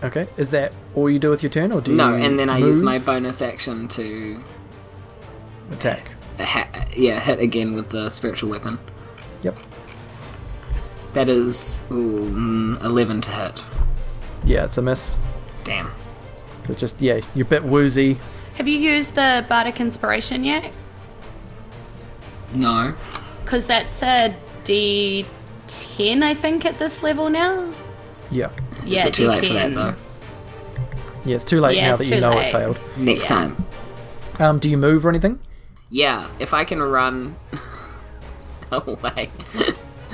[SPEAKER 2] Okay. Is that all you do with your turn, or do you
[SPEAKER 3] No, and then I use
[SPEAKER 2] move,
[SPEAKER 3] my bonus action to
[SPEAKER 2] attack?
[SPEAKER 3] ha- yeah hit again with the spiritual weapon.
[SPEAKER 2] Yep.
[SPEAKER 3] That is ooh, mm, 11 to hit.
[SPEAKER 2] Yeah, it's a miss.
[SPEAKER 3] Damn.
[SPEAKER 2] So just yeah, you're a bit woozy.
[SPEAKER 4] Have you used the bardic inspiration yet?
[SPEAKER 3] No.
[SPEAKER 4] Because that's a D10, I think, at this level now.
[SPEAKER 2] Yeah.
[SPEAKER 4] Yeah,
[SPEAKER 3] is it too late for that
[SPEAKER 4] D10.
[SPEAKER 3] though?
[SPEAKER 2] Yeah, it's too late
[SPEAKER 4] Yeah,
[SPEAKER 2] now
[SPEAKER 4] it's
[SPEAKER 2] that you
[SPEAKER 4] too
[SPEAKER 2] know it
[SPEAKER 4] late.
[SPEAKER 2] failed.
[SPEAKER 3] Next time.
[SPEAKER 2] Um, do you move or anything?
[SPEAKER 3] Yeah, if I can run away.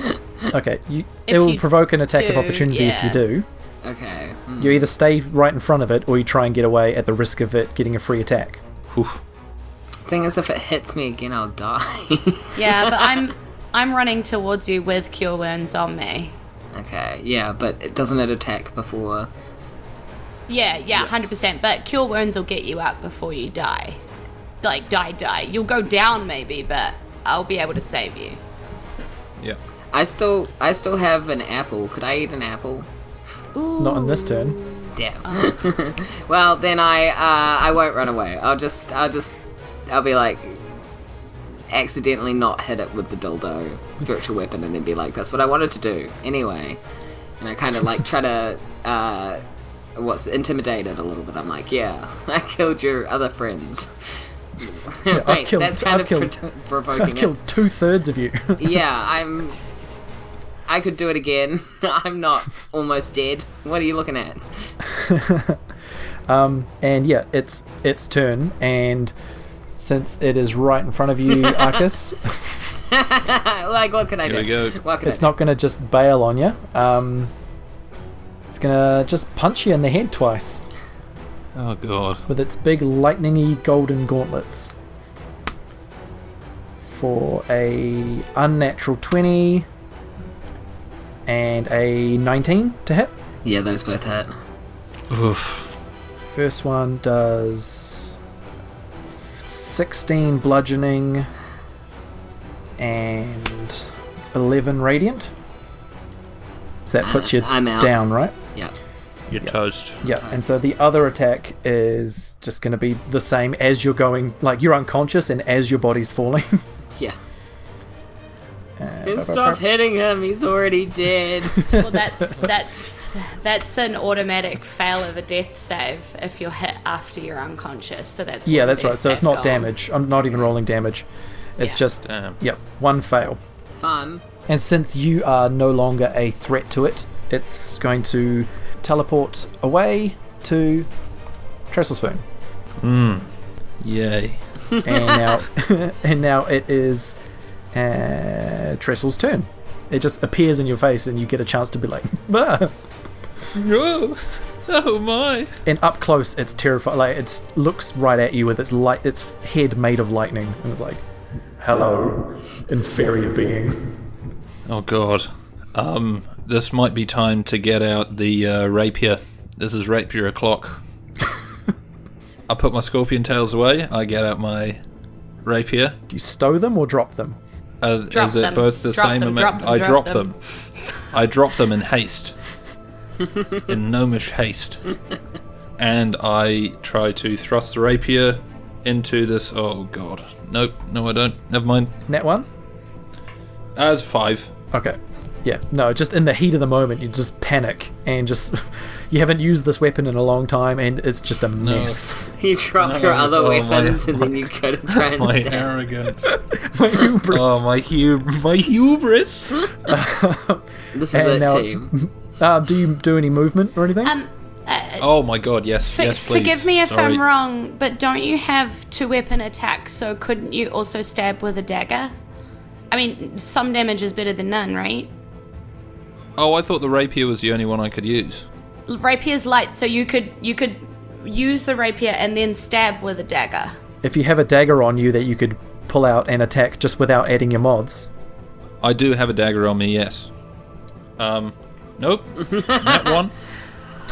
[SPEAKER 2] Okay, you,
[SPEAKER 4] If
[SPEAKER 2] it will
[SPEAKER 4] you
[SPEAKER 2] provoke an attack of
[SPEAKER 4] do,
[SPEAKER 2] opportunity if you
[SPEAKER 4] yeah.
[SPEAKER 2] do.
[SPEAKER 3] okay. Hmm.
[SPEAKER 2] You either stay right in front of it or you try and get away at the risk of it getting a free attack.
[SPEAKER 3] Thing is, if it hits me again, I'll die.
[SPEAKER 4] Yeah, but I'm I'm running towards you with cure wounds on me.
[SPEAKER 3] okay, yeah, but it doesn't it attack before?
[SPEAKER 4] Yeah, yeah, hundred percent. But cure wounds will get you up before you die. Like die, die. You'll go down maybe, but I'll be able to save you.
[SPEAKER 1] Yeah.
[SPEAKER 3] I still, I still have an apple. Could I eat an apple?
[SPEAKER 2] Not on this turn.
[SPEAKER 3] Damn.
[SPEAKER 2] Uh-huh.
[SPEAKER 3] well, then I, uh, I won't run away. I'll just, I'll just, I'll be like, accidentally not hit it with the dildo spiritual weapon, and then be like, that's what I wanted to do anyway. And I kind of like try to, uh, what's intimidate it a little bit. I'm like, yeah, I killed your other friends. Wait,
[SPEAKER 2] killed-
[SPEAKER 3] that's kind
[SPEAKER 2] I've
[SPEAKER 3] of
[SPEAKER 2] killed-
[SPEAKER 3] pro- provoking
[SPEAKER 2] I've
[SPEAKER 3] it.
[SPEAKER 2] killed two thirds of you.
[SPEAKER 3] yeah, I'm. I could do it again. I'm not almost dead. What are you looking at?
[SPEAKER 2] and yeah, it's its turn, and since it is right in front of you, Arcus,
[SPEAKER 3] like, what can I
[SPEAKER 1] Here we
[SPEAKER 3] do?
[SPEAKER 1] go.
[SPEAKER 3] What can
[SPEAKER 2] it's
[SPEAKER 3] I
[SPEAKER 2] not going to just bail on you. Um, it's going to just punch you in the head twice
[SPEAKER 1] Oh god.
[SPEAKER 2] with its big lightningy golden gauntlets. For a unnatural 20 and a 19 to hit.
[SPEAKER 3] do? Yeah, those both hit.
[SPEAKER 1] Oof.
[SPEAKER 2] First one does 16 bludgeoning and 11 radiant. So that puts you
[SPEAKER 3] I'm out.
[SPEAKER 2] down, right?
[SPEAKER 3] Yeah.
[SPEAKER 1] You're toast.
[SPEAKER 2] Yeah, and so the other attack is just going to be the same as you're going, like you're unconscious and as your body's falling.
[SPEAKER 3] Yeah.
[SPEAKER 2] Uh,
[SPEAKER 3] And stop hitting him. He's already dead.
[SPEAKER 4] Well, that's that's that's an automatic fail of a death save if you're hit after you're unconscious. So that's
[SPEAKER 2] yeah,
[SPEAKER 4] one
[SPEAKER 2] that's
[SPEAKER 4] death
[SPEAKER 2] right. So it's
[SPEAKER 4] save
[SPEAKER 2] not
[SPEAKER 4] gone.
[SPEAKER 2] damage. I'm not even rolling damage. It's
[SPEAKER 4] Yeah.
[SPEAKER 2] just,
[SPEAKER 1] Damn.
[SPEAKER 2] yep, one fail.
[SPEAKER 3] Fun.
[SPEAKER 2] And since you are no longer a threat to it, it's going to teleport away to Trestle Spoon.
[SPEAKER 1] Yay.
[SPEAKER 2] And now, and now it is uh, Trestle's turn. It just appears in your face, and you get a chance to be like, "Ah."
[SPEAKER 1] No. Oh my.
[SPEAKER 2] and up close, it's terrifying. Like it looks right at you with its light, its head made of lightning, and it's like, "Hello, inferior being."
[SPEAKER 1] Oh god. Um, this might be time to get out the uh, rapier. This is rapier o'clock. I put my scorpion tails away. I get out my rapier.
[SPEAKER 2] Do you stow them or drop them?
[SPEAKER 1] Uh,
[SPEAKER 4] Drop
[SPEAKER 1] is it
[SPEAKER 4] them.
[SPEAKER 1] both the
[SPEAKER 4] Drop
[SPEAKER 1] same
[SPEAKER 4] them,
[SPEAKER 1] amount?
[SPEAKER 4] drop them,
[SPEAKER 1] I
[SPEAKER 4] drop
[SPEAKER 1] dropped them.
[SPEAKER 4] them.
[SPEAKER 1] I dropped them in haste, in gnomish haste, and I try to thrust the rapier into this. Oh god, nope, no, I don't. Never mind.
[SPEAKER 2] Net one?
[SPEAKER 1] As five.
[SPEAKER 2] Okay. Yeah. No, just in the heat of the moment, you just panic and just. You haven't used this weapon in a long time and it's just a mess.
[SPEAKER 3] You drop your other
[SPEAKER 1] oh, my-
[SPEAKER 3] weapons and then you go to try and
[SPEAKER 1] My
[SPEAKER 3] stab.
[SPEAKER 1] arrogance.
[SPEAKER 2] My hubris.
[SPEAKER 1] oh my hu- my hubris.
[SPEAKER 3] This is
[SPEAKER 2] and
[SPEAKER 3] it,
[SPEAKER 2] now it's.
[SPEAKER 3] team.
[SPEAKER 2] Uh, do you do any movement or anything?
[SPEAKER 4] Um, uh,
[SPEAKER 1] Oh my god, yes,
[SPEAKER 4] for-
[SPEAKER 1] yes, please.
[SPEAKER 4] forgive me if
[SPEAKER 1] Sorry.
[SPEAKER 4] I'm wrong, but don't you have two weapon attacks? So couldn't you also stab with a dagger? I mean, some damage is better than none, right?
[SPEAKER 1] Oh, I thought the rapier was the only one I could use.
[SPEAKER 4] L- Rapier's light, so you could you could use the rapier and then stab with a dagger.
[SPEAKER 2] if you have a dagger on you that you could pull out and attack just without adding your mods.
[SPEAKER 1] I do have a dagger on me, yes. Um, nope. that one.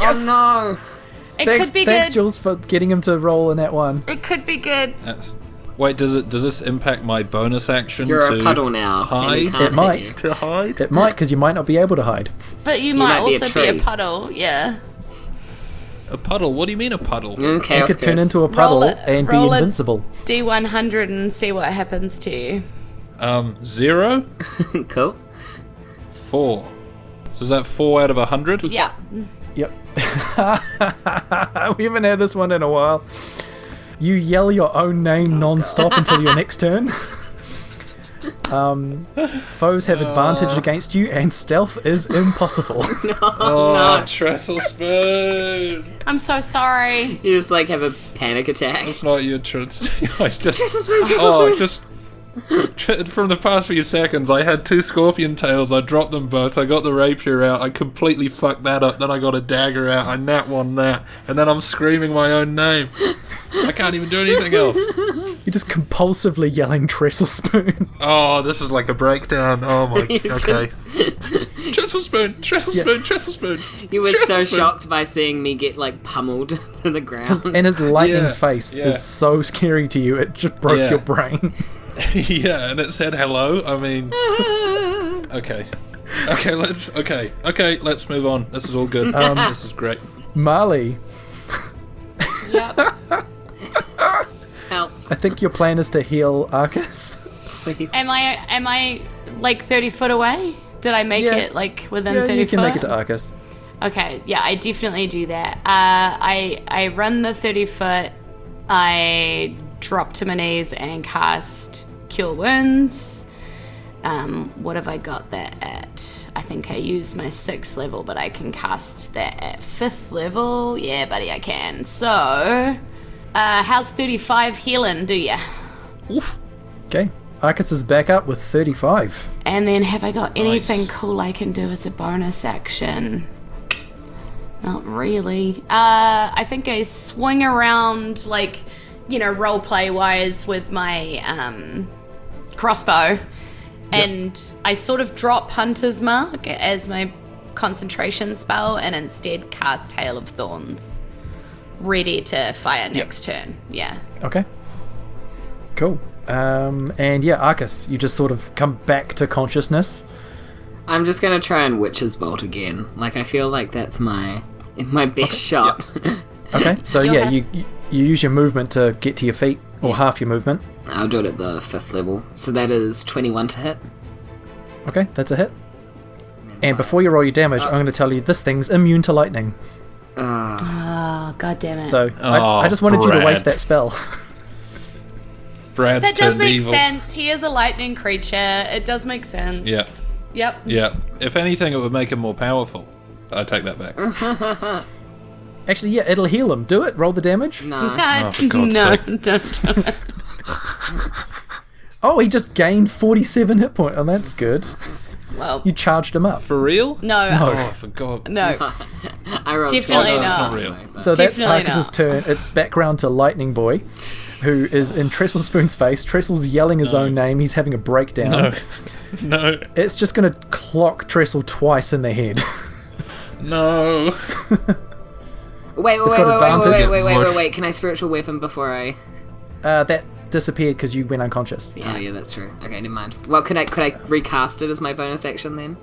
[SPEAKER 3] Oh no!
[SPEAKER 4] It
[SPEAKER 2] Thanks,
[SPEAKER 4] could be
[SPEAKER 2] thanks
[SPEAKER 4] good.
[SPEAKER 2] Jules, for getting him to roll in that one.
[SPEAKER 4] It could be good.
[SPEAKER 1] That's... Wait, does it does this impact my bonus action?
[SPEAKER 3] You're
[SPEAKER 1] to
[SPEAKER 3] a puddle now. and he
[SPEAKER 1] hide?
[SPEAKER 3] can't
[SPEAKER 2] It might.
[SPEAKER 3] hit you.
[SPEAKER 1] To hide?
[SPEAKER 2] It might, because you might not be able to hide.
[SPEAKER 4] But you, might,
[SPEAKER 3] might be a
[SPEAKER 4] also be a,
[SPEAKER 3] tree.
[SPEAKER 4] puddle, yeah.
[SPEAKER 1] A puddle? What do you mean a puddle?
[SPEAKER 3] Mm,
[SPEAKER 2] You
[SPEAKER 3] chaos
[SPEAKER 2] could turn
[SPEAKER 3] curse.
[SPEAKER 2] into a puddle
[SPEAKER 4] it-
[SPEAKER 2] and be
[SPEAKER 4] roll it.
[SPEAKER 2] invincible.
[SPEAKER 4] D100 and see what happens to you.
[SPEAKER 1] Um, zero,
[SPEAKER 3] cool.
[SPEAKER 1] four. So is that four out of a hundred?
[SPEAKER 4] Yeah.
[SPEAKER 2] Yep. we haven't had this one in a while. You yell your own
[SPEAKER 4] Oh,
[SPEAKER 2] name non-stop until your next turn. Um, foes
[SPEAKER 4] Uh.
[SPEAKER 2] have advantage against you, and stealth is impossible.
[SPEAKER 1] Oh, trestle spoon.
[SPEAKER 4] I'm so sorry.
[SPEAKER 3] You just like have a panic attack.
[SPEAKER 1] It's not your tr- I just.
[SPEAKER 3] Jesus, man, Jesus,
[SPEAKER 1] oh,
[SPEAKER 3] man.
[SPEAKER 1] just. tr- From the past few seconds, I had two scorpion tails. I dropped them both. I got the rapier out. I completely fucked that up. Then I got a dagger out. I nat one that, and then I'm screaming my own name. I can't even do anything else.
[SPEAKER 2] You're just compulsively yelling Trestle Spoon.
[SPEAKER 1] Oh, this is like a breakdown. Oh my. Okay. Trestle spoon. Trestle spoon. Trestle spoon.
[SPEAKER 3] You were so
[SPEAKER 1] Trestle spoon.
[SPEAKER 3] shocked by seeing me get like pummeled to the ground.
[SPEAKER 2] And his lightning
[SPEAKER 1] Yeah,
[SPEAKER 2] face
[SPEAKER 1] yeah.
[SPEAKER 2] is so scary to you, it just broke
[SPEAKER 1] Yeah.
[SPEAKER 2] your brain.
[SPEAKER 1] yeah, and it said hello. I mean, okay, okay, let's okay, okay, let's move on. This is all good. this is great.
[SPEAKER 2] Marley,
[SPEAKER 3] Help,
[SPEAKER 2] I think your plan is to heal Arcus.
[SPEAKER 3] please.
[SPEAKER 4] Am I am I like 30 foot away? Did I make
[SPEAKER 2] Yeah.
[SPEAKER 4] it like within
[SPEAKER 2] Yeah,
[SPEAKER 4] 30
[SPEAKER 2] you can
[SPEAKER 4] foot?
[SPEAKER 2] make it to Arcus.
[SPEAKER 4] Okay, yeah, I definitely do that. Uh, I I run the thirty foot. I drop to my knees and cast Cure Wounds. Um, what have I got that at? I think I used my sixth level, but I can cast that at fifth level. Yeah, buddy, I can. So, uh, how's thirty-five healing? Do ya?
[SPEAKER 2] Okay. Arcus is back up with 35.
[SPEAKER 4] And then have I got anything cool I can do as a bonus action? Not really. Uh, I think I swing around like, you know, role play wise with my um, crossbow, and I sort of drop Hunter's Mark as my concentration spell, and instead cast Hail of Thorns, ready to fire next turn. Yeah.
[SPEAKER 2] Okay. Cool. Um, and yeah, Arcus, you just sort of come back to consciousness.
[SPEAKER 3] I'm just gonna try and witch's bolt again. Like I feel like that's my my best shot.
[SPEAKER 2] Okay. So
[SPEAKER 4] You'll
[SPEAKER 2] yeah,
[SPEAKER 4] have-
[SPEAKER 2] you you use your movement to get to your feet, or half your movement.
[SPEAKER 3] I'll do it at the fifth level. So that is 21 to hit.
[SPEAKER 2] Okay, that's a hit. And before you roll your damage, I'm going to tell you this thing's immune to lightning.
[SPEAKER 4] Oh god damn it.
[SPEAKER 2] So
[SPEAKER 1] Oh,
[SPEAKER 2] I, I just wanted you to waste
[SPEAKER 1] Brad.
[SPEAKER 2] that spell.
[SPEAKER 1] Brad's
[SPEAKER 4] That does
[SPEAKER 1] turned
[SPEAKER 4] make
[SPEAKER 1] evil.
[SPEAKER 4] sense. He is a lightning creature. It does make sense.
[SPEAKER 1] Yeah,
[SPEAKER 4] Yep.
[SPEAKER 1] yeah. If anything, it would make him more powerful. I take that back.
[SPEAKER 4] Mm.
[SPEAKER 2] Actually, yeah, it'll heal him. Do it. Roll the damage.
[SPEAKER 3] Nah.
[SPEAKER 4] No,
[SPEAKER 1] Oh, for God's
[SPEAKER 4] no,
[SPEAKER 1] sake.
[SPEAKER 4] don't do it.
[SPEAKER 2] Oh, he just gained 47 hit point. Oh, that's good.
[SPEAKER 4] Well,
[SPEAKER 2] You charged him up.
[SPEAKER 1] For real?
[SPEAKER 4] no,
[SPEAKER 1] Oh,
[SPEAKER 4] no,
[SPEAKER 1] I forgot.
[SPEAKER 3] I rolled
[SPEAKER 1] Oh,
[SPEAKER 4] Definitely
[SPEAKER 1] no,
[SPEAKER 4] Really
[SPEAKER 1] that's
[SPEAKER 4] not.
[SPEAKER 1] not real.
[SPEAKER 2] So that's
[SPEAKER 4] Definitely
[SPEAKER 2] Arcus's
[SPEAKER 4] not.
[SPEAKER 2] turn. It's background to Lightning Boy, who is in Trestle Spoon's face. Trestle's yelling his own name. He's having a breakdown.
[SPEAKER 1] No,
[SPEAKER 2] It's just going to clock Trestle twice in the head.
[SPEAKER 1] no.
[SPEAKER 3] Wait, wait,
[SPEAKER 2] It's got
[SPEAKER 3] wait, wait, wait,
[SPEAKER 2] advantage.
[SPEAKER 3] wait, wait, wait,
[SPEAKER 1] More-
[SPEAKER 3] wait, wait. Can I spiritual weapon before I?
[SPEAKER 2] Uh, that disappeared because you went unconscious.
[SPEAKER 3] Oh yeah, that's true. Okay, never mind. Well, could I could I recast it as my bonus action then?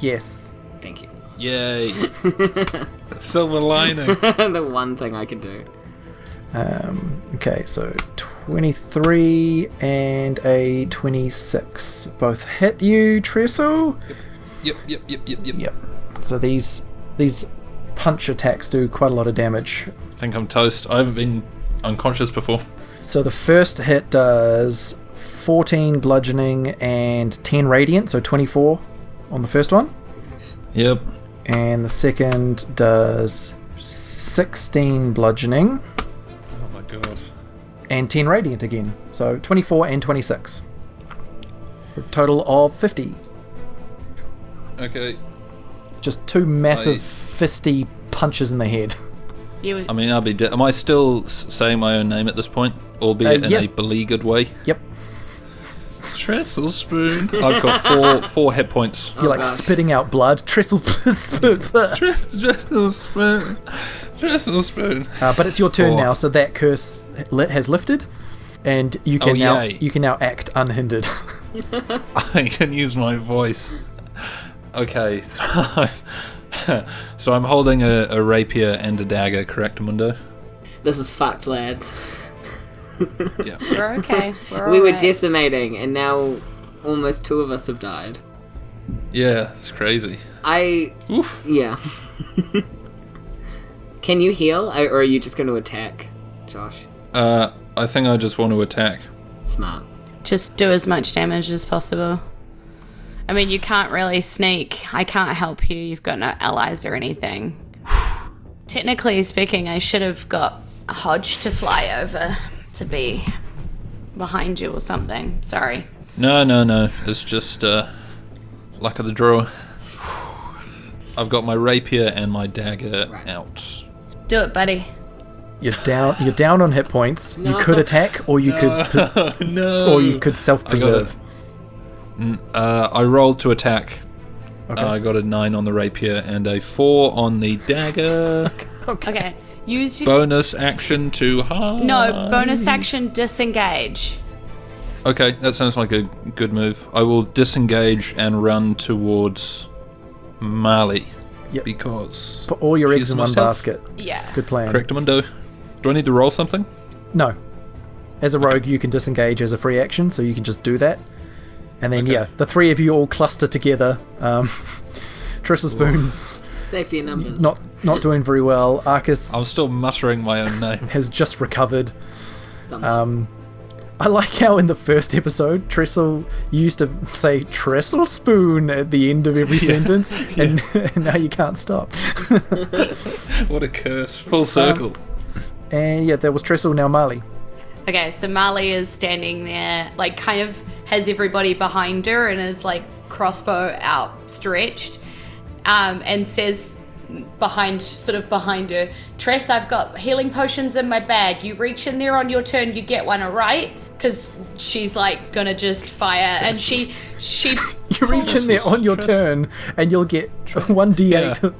[SPEAKER 2] Yes.
[SPEAKER 3] Thank you.
[SPEAKER 1] Yay. Silver lining.
[SPEAKER 3] the one thing I can do.
[SPEAKER 2] Um, okay, so 23 and a 26 both hit you, Trestle.
[SPEAKER 1] Yep, yep, yep, yep, yep.
[SPEAKER 2] Yep. So these these punch attacks do quite a lot of damage.
[SPEAKER 1] think I'm toast. I haven't been unconscious before.
[SPEAKER 2] So the first hit does 14 bludgeoning and 10 radiant, so 24 on the first one.
[SPEAKER 1] Yep.
[SPEAKER 2] And the second does 16 bludgeoning
[SPEAKER 1] Oh my god.
[SPEAKER 2] and 10 radiant again. So 24 and 26. For a total of 50.
[SPEAKER 1] Okay.
[SPEAKER 2] Just two massive
[SPEAKER 1] I-
[SPEAKER 2] fisty punches in the head.
[SPEAKER 6] You
[SPEAKER 1] I mean, I'll be dead. Am I still s- saying my own name at this point? Albeit
[SPEAKER 2] Uh,
[SPEAKER 1] in
[SPEAKER 2] yeah.
[SPEAKER 1] a beleaguered way?
[SPEAKER 2] Yep.
[SPEAKER 1] Trestle spoon. I've got four four hit points.
[SPEAKER 2] You're like
[SPEAKER 3] gosh.
[SPEAKER 2] spitting out blood. Trestle.
[SPEAKER 1] Trestle spoon. Trestle spoon.
[SPEAKER 2] Uh, but it's your turn
[SPEAKER 1] Four.
[SPEAKER 2] now, so that curse li- has lifted, and you can
[SPEAKER 1] Oh,
[SPEAKER 2] now
[SPEAKER 1] yay.
[SPEAKER 2] you can now act unhindered.
[SPEAKER 1] I can use my voice. Okay, so I'm, so I'm holding a, a rapier and a dagger, correct, Mundo?
[SPEAKER 3] This is fucked, lads.
[SPEAKER 1] Yeah.
[SPEAKER 4] We're okay. We're
[SPEAKER 3] We were
[SPEAKER 4] alright.
[SPEAKER 3] decimating, and now almost two of us have died.
[SPEAKER 1] Yeah, it's crazy.
[SPEAKER 3] I
[SPEAKER 1] Oof.
[SPEAKER 3] yeah. can you heal, I- or are you just going to attack, Josh?
[SPEAKER 1] Uh, I think I just want to attack.
[SPEAKER 3] Smart.
[SPEAKER 4] just do as much damage as possible. I mean, you can't really sneak. I can't help you. You've got no allies or anything. Technically speaking, I should have got Hodge to fly over to be behind you or something. Sorry.
[SPEAKER 1] No, no, no. It's just uh, luck of the draw. I've got my rapier and my dagger
[SPEAKER 3] Right.
[SPEAKER 1] out.
[SPEAKER 4] Do it, buddy.
[SPEAKER 2] you're down. You're down on hit points. You could attack, or you could,
[SPEAKER 1] no.
[SPEAKER 2] or you could self-preserve.
[SPEAKER 1] Uh, I rolled to attack. Uh,
[SPEAKER 2] Okay.
[SPEAKER 1] I got a nine on the rapier and a four on the dagger.
[SPEAKER 2] okay.
[SPEAKER 4] Okay. Use your.
[SPEAKER 1] bonus action to harm.
[SPEAKER 2] Oh.
[SPEAKER 4] no, bonus action disengage.
[SPEAKER 1] Okay, that sounds like a good move. I will disengage and run towards Mali.
[SPEAKER 2] Yep.
[SPEAKER 1] Because.
[SPEAKER 2] Put all your eggs
[SPEAKER 1] She's
[SPEAKER 2] in one
[SPEAKER 1] myself.
[SPEAKER 2] basket.
[SPEAKER 4] Yeah.
[SPEAKER 2] Good plan.
[SPEAKER 1] Correct, Mundo. Do I need to roll something?
[SPEAKER 2] No, as a rogue, you can disengage as a free action, so you can just do that. And then yeah, the three of you all cluster together. Um, Tristle spoons
[SPEAKER 3] Safety in numbers.
[SPEAKER 2] not not doing very well. Arcus
[SPEAKER 1] I'm still muttering my own name.
[SPEAKER 2] has just recovered.
[SPEAKER 3] Somewhat.
[SPEAKER 1] uh,
[SPEAKER 2] Um, I like how in the first episode, Trestle you used to say Trestle Spoon at the end of every sentence, and, and now you can't stop.
[SPEAKER 1] what a curse. Full circle.
[SPEAKER 2] and yeah, there was Trestle, now Marley.
[SPEAKER 4] Okay, so Marley is standing there, like kind of has everybody behind her and is like crossbow outstretched, um, and says behind, sort of behind her, Tress, I've got healing potions in my bag. You reach in there on your turn, you get one, alright? Because she's like gonna just fire, and she she
[SPEAKER 2] You reach in there on your turn, and you'll get 1d8
[SPEAKER 1] Yeah.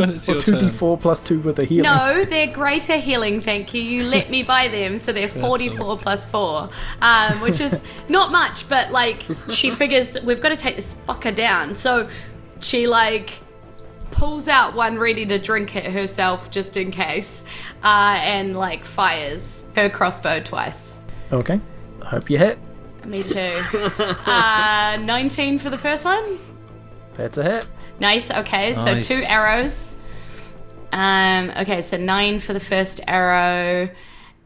[SPEAKER 1] When it's
[SPEAKER 2] or
[SPEAKER 1] your turn.
[SPEAKER 2] 2d4 plus 2 with a healing.
[SPEAKER 4] No, they're greater healing, thank you. You let me buy them, so they're 44 plus 4, um, which is not much, but like, she figures we've got to take this fucker down. So she like pulls out one ready to drink it herself just in case uh, and like fires her crossbow twice.
[SPEAKER 2] Okay, I hope you hit.
[SPEAKER 4] Me too. Uh, 19 for the first one.
[SPEAKER 2] That's a hit.
[SPEAKER 4] Nice. Okay, so
[SPEAKER 1] Nice.
[SPEAKER 4] two arrows. Um, okay, so nine for the first arrow,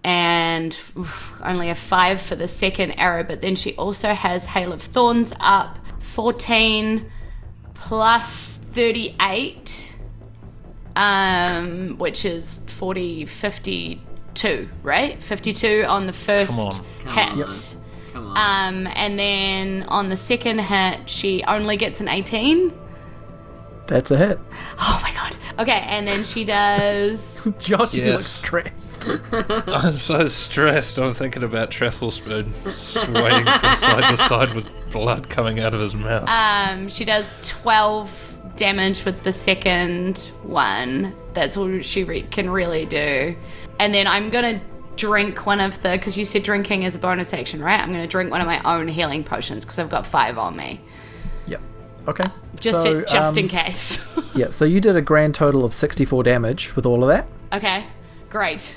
[SPEAKER 4] and oof, only a five for the second arrow. But then she also has Hail of Thorns up. Fourteen plus thirty-eight, um, which is 40, 52, right? Fifty-two on the
[SPEAKER 1] on.
[SPEAKER 4] first
[SPEAKER 3] Come
[SPEAKER 4] hit.
[SPEAKER 3] on. Come on.
[SPEAKER 4] Um, and then on the second hit, she only gets an 18.
[SPEAKER 2] That's a hit.
[SPEAKER 4] Oh my god. Okay, and then she does.
[SPEAKER 2] Josh, you look
[SPEAKER 1] Yes.
[SPEAKER 2] stressed.
[SPEAKER 1] I'm so stressed. I'm thinking about Trestle Spoon swaying from side to side with blood coming out of his mouth.
[SPEAKER 4] Um, she does 12 damage with the second one. That's all she re- can really do. And then I'm gonna drink one of the because you said drinking is a bonus action, right? I'm going to drink one of my own healing potions because I've got five on me,
[SPEAKER 2] Yep. Okay.
[SPEAKER 4] just
[SPEAKER 2] so,
[SPEAKER 4] to, just
[SPEAKER 2] um,
[SPEAKER 4] in case.
[SPEAKER 2] Yeah, so you did a grand total of 64 damage with all of that,
[SPEAKER 4] okay, great.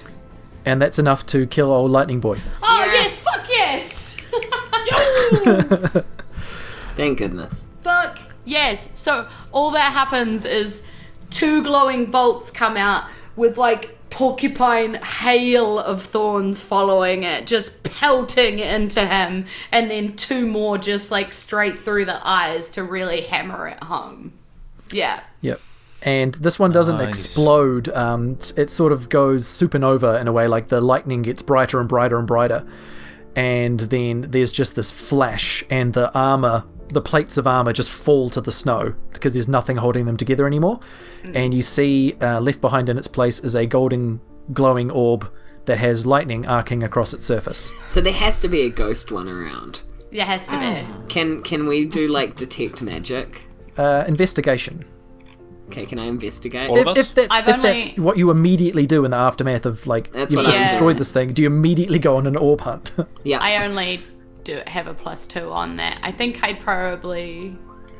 [SPEAKER 2] and that's enough to kill old Lightning Boy.
[SPEAKER 4] Oh
[SPEAKER 3] Yes.
[SPEAKER 4] yes, fuck yes.
[SPEAKER 3] Thank goodness.
[SPEAKER 4] Fuck yes. So all that happens is two glowing bolts come out with like porcupine hail of thorns following it, just pelting into him, and then two more just like straight through the eyes to really hammer it home. Yeah.
[SPEAKER 2] Yep. And this one doesn't
[SPEAKER 1] Nice.
[SPEAKER 2] explode. Um, s- it sort of goes supernova in a way, like the lightning gets brighter and brighter and brighter. And then there's just this flash, and the armor, the plates of armor just fall to the snow because there's nothing holding them together anymore. And you see, uh, left behind in its place, is a golden glowing orb that has lightning arcing across its surface.
[SPEAKER 3] So there has to be a ghost one around.
[SPEAKER 4] It has to be.
[SPEAKER 3] Can can we do like detect magic?
[SPEAKER 2] Uh, investigation.
[SPEAKER 3] Okay, can I investigate?
[SPEAKER 1] All of
[SPEAKER 2] If,
[SPEAKER 1] us?
[SPEAKER 2] if, that's,
[SPEAKER 4] I've
[SPEAKER 2] if
[SPEAKER 4] only-
[SPEAKER 2] that's what you immediately do in the aftermath of, like,
[SPEAKER 3] That's
[SPEAKER 2] you've
[SPEAKER 3] what
[SPEAKER 2] just
[SPEAKER 4] I'm
[SPEAKER 2] destroyed
[SPEAKER 3] doing.
[SPEAKER 2] this thing, do you immediately go on an orb hunt?
[SPEAKER 3] yeah.
[SPEAKER 4] I uh, only do have a plus two on that. I think I'd probably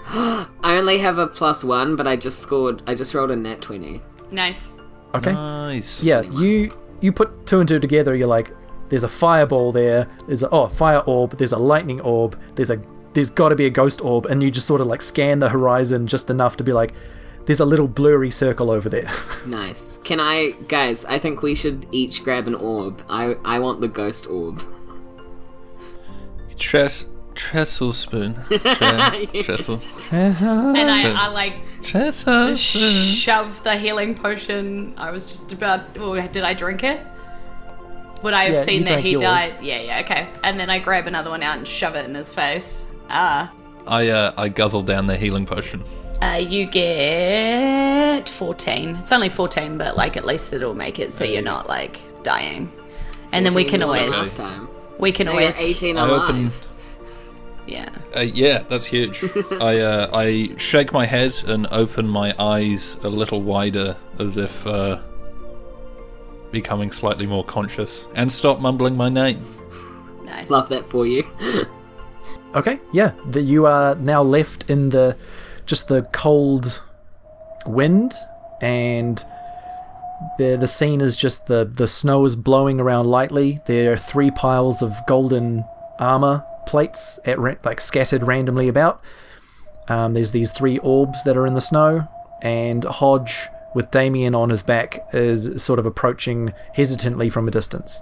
[SPEAKER 3] I only have a plus one, but I just scored. I just rolled a net twenty.
[SPEAKER 4] nice.
[SPEAKER 2] okay.
[SPEAKER 1] Nice.
[SPEAKER 2] yeah, you you put two and two together. You're like, there's a fireball there. There's a oh fire orb. There's a lightning orb. There's a there's got to be a ghost orb. And you just sort of like scan the horizon just enough to be like, there's a little blurry circle over there.
[SPEAKER 3] Nice. Can I, guys? I think we should each grab an orb. I I want the ghost orb.
[SPEAKER 1] Tress, trestle spoon. Tre- trestle.
[SPEAKER 4] And I, I like
[SPEAKER 1] Trestle.
[SPEAKER 2] Mm-hmm.
[SPEAKER 4] shove the healing potion. I was just about. Oh, did I drink it? Would I have
[SPEAKER 2] Yeah, you
[SPEAKER 4] seen that
[SPEAKER 2] drank
[SPEAKER 4] he
[SPEAKER 2] yours.
[SPEAKER 4] died? Yeah, yeah, okay. And then I grab another one out and shove it in his face. Ah.
[SPEAKER 1] I uh, I guzzle down the healing potion.
[SPEAKER 4] Uh, you get 14. It's only 14, but like at least it'll make it so you're not like dying. And then we
[SPEAKER 3] 14
[SPEAKER 4] can
[SPEAKER 3] was
[SPEAKER 4] always,
[SPEAKER 3] Last time.
[SPEAKER 4] we can
[SPEAKER 3] I got
[SPEAKER 4] always,
[SPEAKER 3] eighteen
[SPEAKER 1] I
[SPEAKER 3] alive.
[SPEAKER 1] open.
[SPEAKER 4] yeah.
[SPEAKER 1] Uh, yeah, that's huge. I uh, I shake my head and open my eyes a little wider, as if uh, becoming slightly more conscious, and stop mumbling my name.
[SPEAKER 4] Nice.
[SPEAKER 3] Love that for you.
[SPEAKER 2] okay, yeah, that you are now left in the just the cold wind and. The, the scene is just the, the snow is blowing around lightly. There are three piles of golden armor plates at ra- like scattered randomly about. Um, there's these three orbs that are in the snow, and Hodge with Damien on his back is sort of approaching hesitantly from a distance.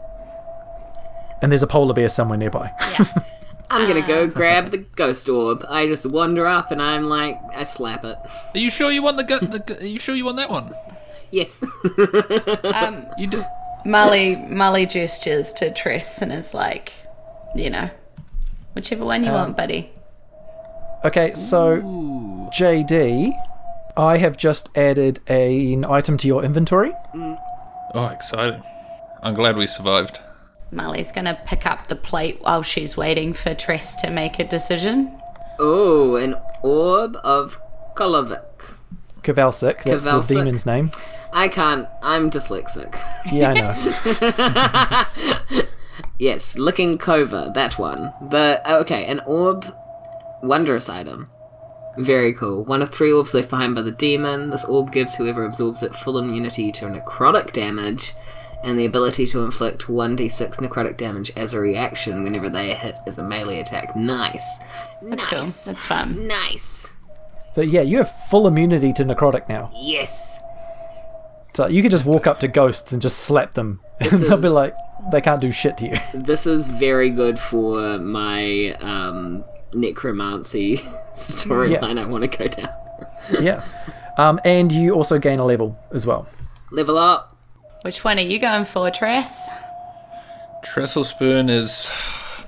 [SPEAKER 2] And there's a polar bear somewhere nearby.
[SPEAKER 3] I'm gonna go grab the ghost orb. I just wander up and I'm like, I slap it.
[SPEAKER 1] Are you sure you want the, gu- the gu- Are you sure you want that one?
[SPEAKER 3] Yes.
[SPEAKER 1] You do.
[SPEAKER 4] Molly, Molly gestures to Tress and is like, you know, whichever one
[SPEAKER 2] Uh,
[SPEAKER 4] you want, buddy.
[SPEAKER 2] Okay, so JD, I have just added a- an item to your inventory.
[SPEAKER 1] Oh, exciting! I'm glad we survived.
[SPEAKER 4] Molly's gonna pick up the plate while she's waiting for Tress to make a decision.
[SPEAKER 3] oh, an orb of Kolovic.
[SPEAKER 2] Kavalsik, that's
[SPEAKER 3] Kvalsik.
[SPEAKER 2] the demon's name.
[SPEAKER 3] I can't. I'm dyslexic.
[SPEAKER 2] Yeah, I know.
[SPEAKER 3] Yes, looking cova, that one. The okay, an orb, wondrous item. Very cool. One of three orbs left behind by the demon. This orb gives whoever absorbs it full immunity to necrotic damage, and the ability to inflict 1d6 necrotic damage as a reaction whenever they are hit as a melee attack. Nice.
[SPEAKER 4] That's
[SPEAKER 3] nice.
[SPEAKER 4] cool. That's fun.
[SPEAKER 3] nice.
[SPEAKER 2] so yeah, you have full immunity to necrotic now.
[SPEAKER 3] Yes.
[SPEAKER 2] So you could just walk up to ghosts and just slap them, and
[SPEAKER 3] This
[SPEAKER 2] they'll be
[SPEAKER 3] is-
[SPEAKER 2] like, they can't do shit to you.
[SPEAKER 3] This is very good for my um, necromancy storyline I want to go down.
[SPEAKER 2] yeah, um, and you also gain a level as well.
[SPEAKER 3] Level up.
[SPEAKER 4] Which one are you going for, Tress?
[SPEAKER 1] Trestle spoon is,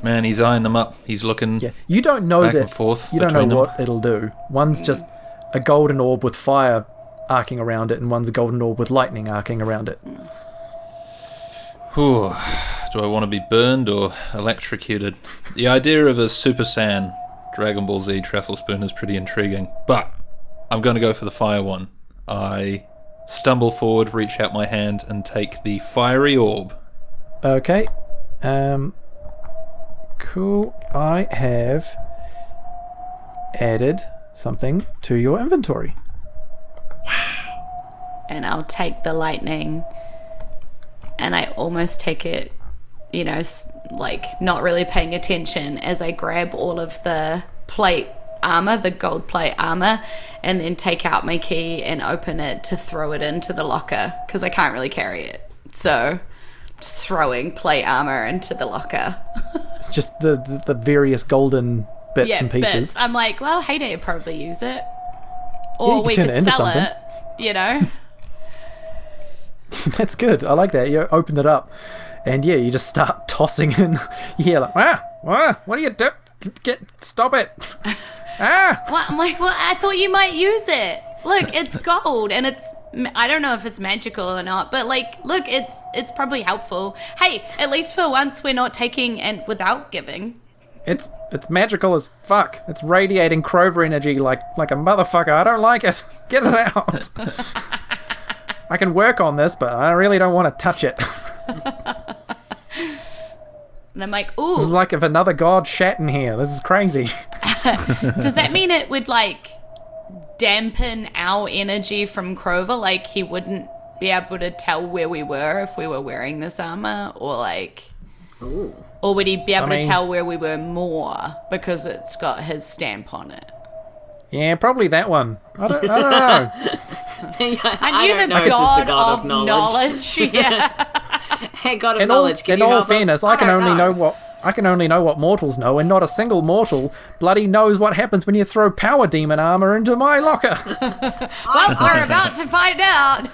[SPEAKER 1] man, he's eyeing them up. He's looking.
[SPEAKER 2] Yeah, you don't know
[SPEAKER 1] Back
[SPEAKER 2] that.
[SPEAKER 1] and forth
[SPEAKER 2] you don't know
[SPEAKER 1] between them.
[SPEAKER 2] what it'll do. One's just a golden orb with fire arcing around it, and one's a golden orb with lightning arcing around it.
[SPEAKER 1] Whew. Do I want to be burned or electrocuted? The idea of a Super Saiyan Dragon Ball Z Trestle Spoon is pretty intriguing, but I'm going to go for the fire one. I stumble forward, reach out my hand, and take the fiery orb.
[SPEAKER 2] Okay. Um, cool. I have added something to your inventory.
[SPEAKER 4] and I'll take the lightning. And I almost take it, you know, s- like not really paying attention as I grab all of the plate armor, the gold plate armor, and then take out my key and open it to throw it into the locker because I can't really carry it. So just throwing plate armor into the locker.
[SPEAKER 2] It's just the the, the various golden bits
[SPEAKER 4] yeah,
[SPEAKER 2] and pieces.
[SPEAKER 4] bits. I'm like, well, Heyday would probably use it.
[SPEAKER 2] Yeah,
[SPEAKER 4] Or
[SPEAKER 2] you could
[SPEAKER 4] we
[SPEAKER 2] turn
[SPEAKER 4] could
[SPEAKER 2] it into
[SPEAKER 4] sell
[SPEAKER 2] something.
[SPEAKER 4] it, you know?
[SPEAKER 2] That's good. I like that. You open it up, and yeah, you just start tossing in. You hear like, ah, ah, what are you doing? Get stop it! ah,
[SPEAKER 4] What? I'm like, well, I thought you might use it. Look, it's gold, and it's. I don't know if it's magical or not, but like, look, it's it's probably helpful. Hey, at least for once, we're not taking and without giving.
[SPEAKER 2] it's it's magical as fuck. It's radiating Krover energy like like a motherfucker. I don't like it. Get it out. I can work on this, but I really don't want to touch it.
[SPEAKER 4] And I'm like,
[SPEAKER 2] it's
[SPEAKER 4] ooh,
[SPEAKER 2] like if another god shat in here. This is crazy.
[SPEAKER 4] does that mean it would like dampen our energy from Krover? Like he wouldn't be able to tell where we were if we were wearing this armor, or like,
[SPEAKER 3] Ooh.
[SPEAKER 4] or would he be able
[SPEAKER 2] mean-
[SPEAKER 4] to tell where we were more because it's got his stamp on it?
[SPEAKER 2] Yeah, probably that one. I don't, I don't know.
[SPEAKER 4] I knew
[SPEAKER 3] don't
[SPEAKER 4] the,
[SPEAKER 3] know if this is
[SPEAKER 4] god
[SPEAKER 3] the god
[SPEAKER 4] of, knowledge. yeah.
[SPEAKER 3] Hey, god of
[SPEAKER 2] In all,
[SPEAKER 3] knowledge, can
[SPEAKER 2] in
[SPEAKER 3] you
[SPEAKER 2] all
[SPEAKER 3] help
[SPEAKER 2] fairness,
[SPEAKER 3] us?
[SPEAKER 2] I can
[SPEAKER 3] don't
[SPEAKER 2] only know. what I can only know what mortals know, and not a single mortal bloody knows what happens when you throw power demon armor into my locker.
[SPEAKER 4] well, we're about to find out.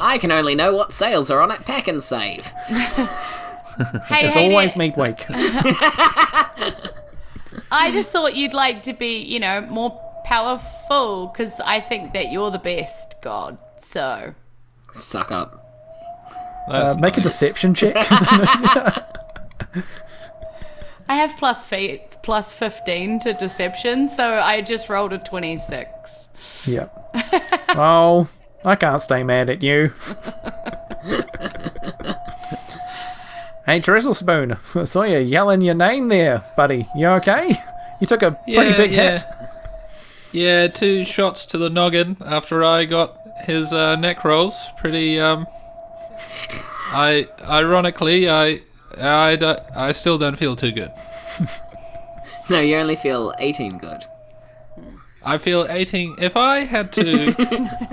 [SPEAKER 3] I can only know what sales are on at Pack and Save.
[SPEAKER 4] hey,
[SPEAKER 2] It's
[SPEAKER 4] hey,
[SPEAKER 2] always meat
[SPEAKER 4] Nick,
[SPEAKER 2] week.
[SPEAKER 4] I just thought you'd like to be, you know, more powerful because I think that you're the best god. So
[SPEAKER 3] Suck up.
[SPEAKER 2] Uh,
[SPEAKER 1] That's
[SPEAKER 2] make a deception check.
[SPEAKER 4] I have plus fe- plus fifteen to deception. So I just rolled a twenty six.
[SPEAKER 2] yep. Oh, I can't stay mad at you. hey, Drizzle Spoon, I saw you yelling your name there, buddy. You okay? You took a pretty
[SPEAKER 1] Yeah,
[SPEAKER 2] big
[SPEAKER 1] yeah.
[SPEAKER 2] hit.
[SPEAKER 1] Yeah, two shots to the noggin after I got his uh, neck rolls. Pretty. Um, I ironically, I I, don't- I still don't feel too good.
[SPEAKER 3] No, you only feel 18 good.
[SPEAKER 1] I feel 18. If I had to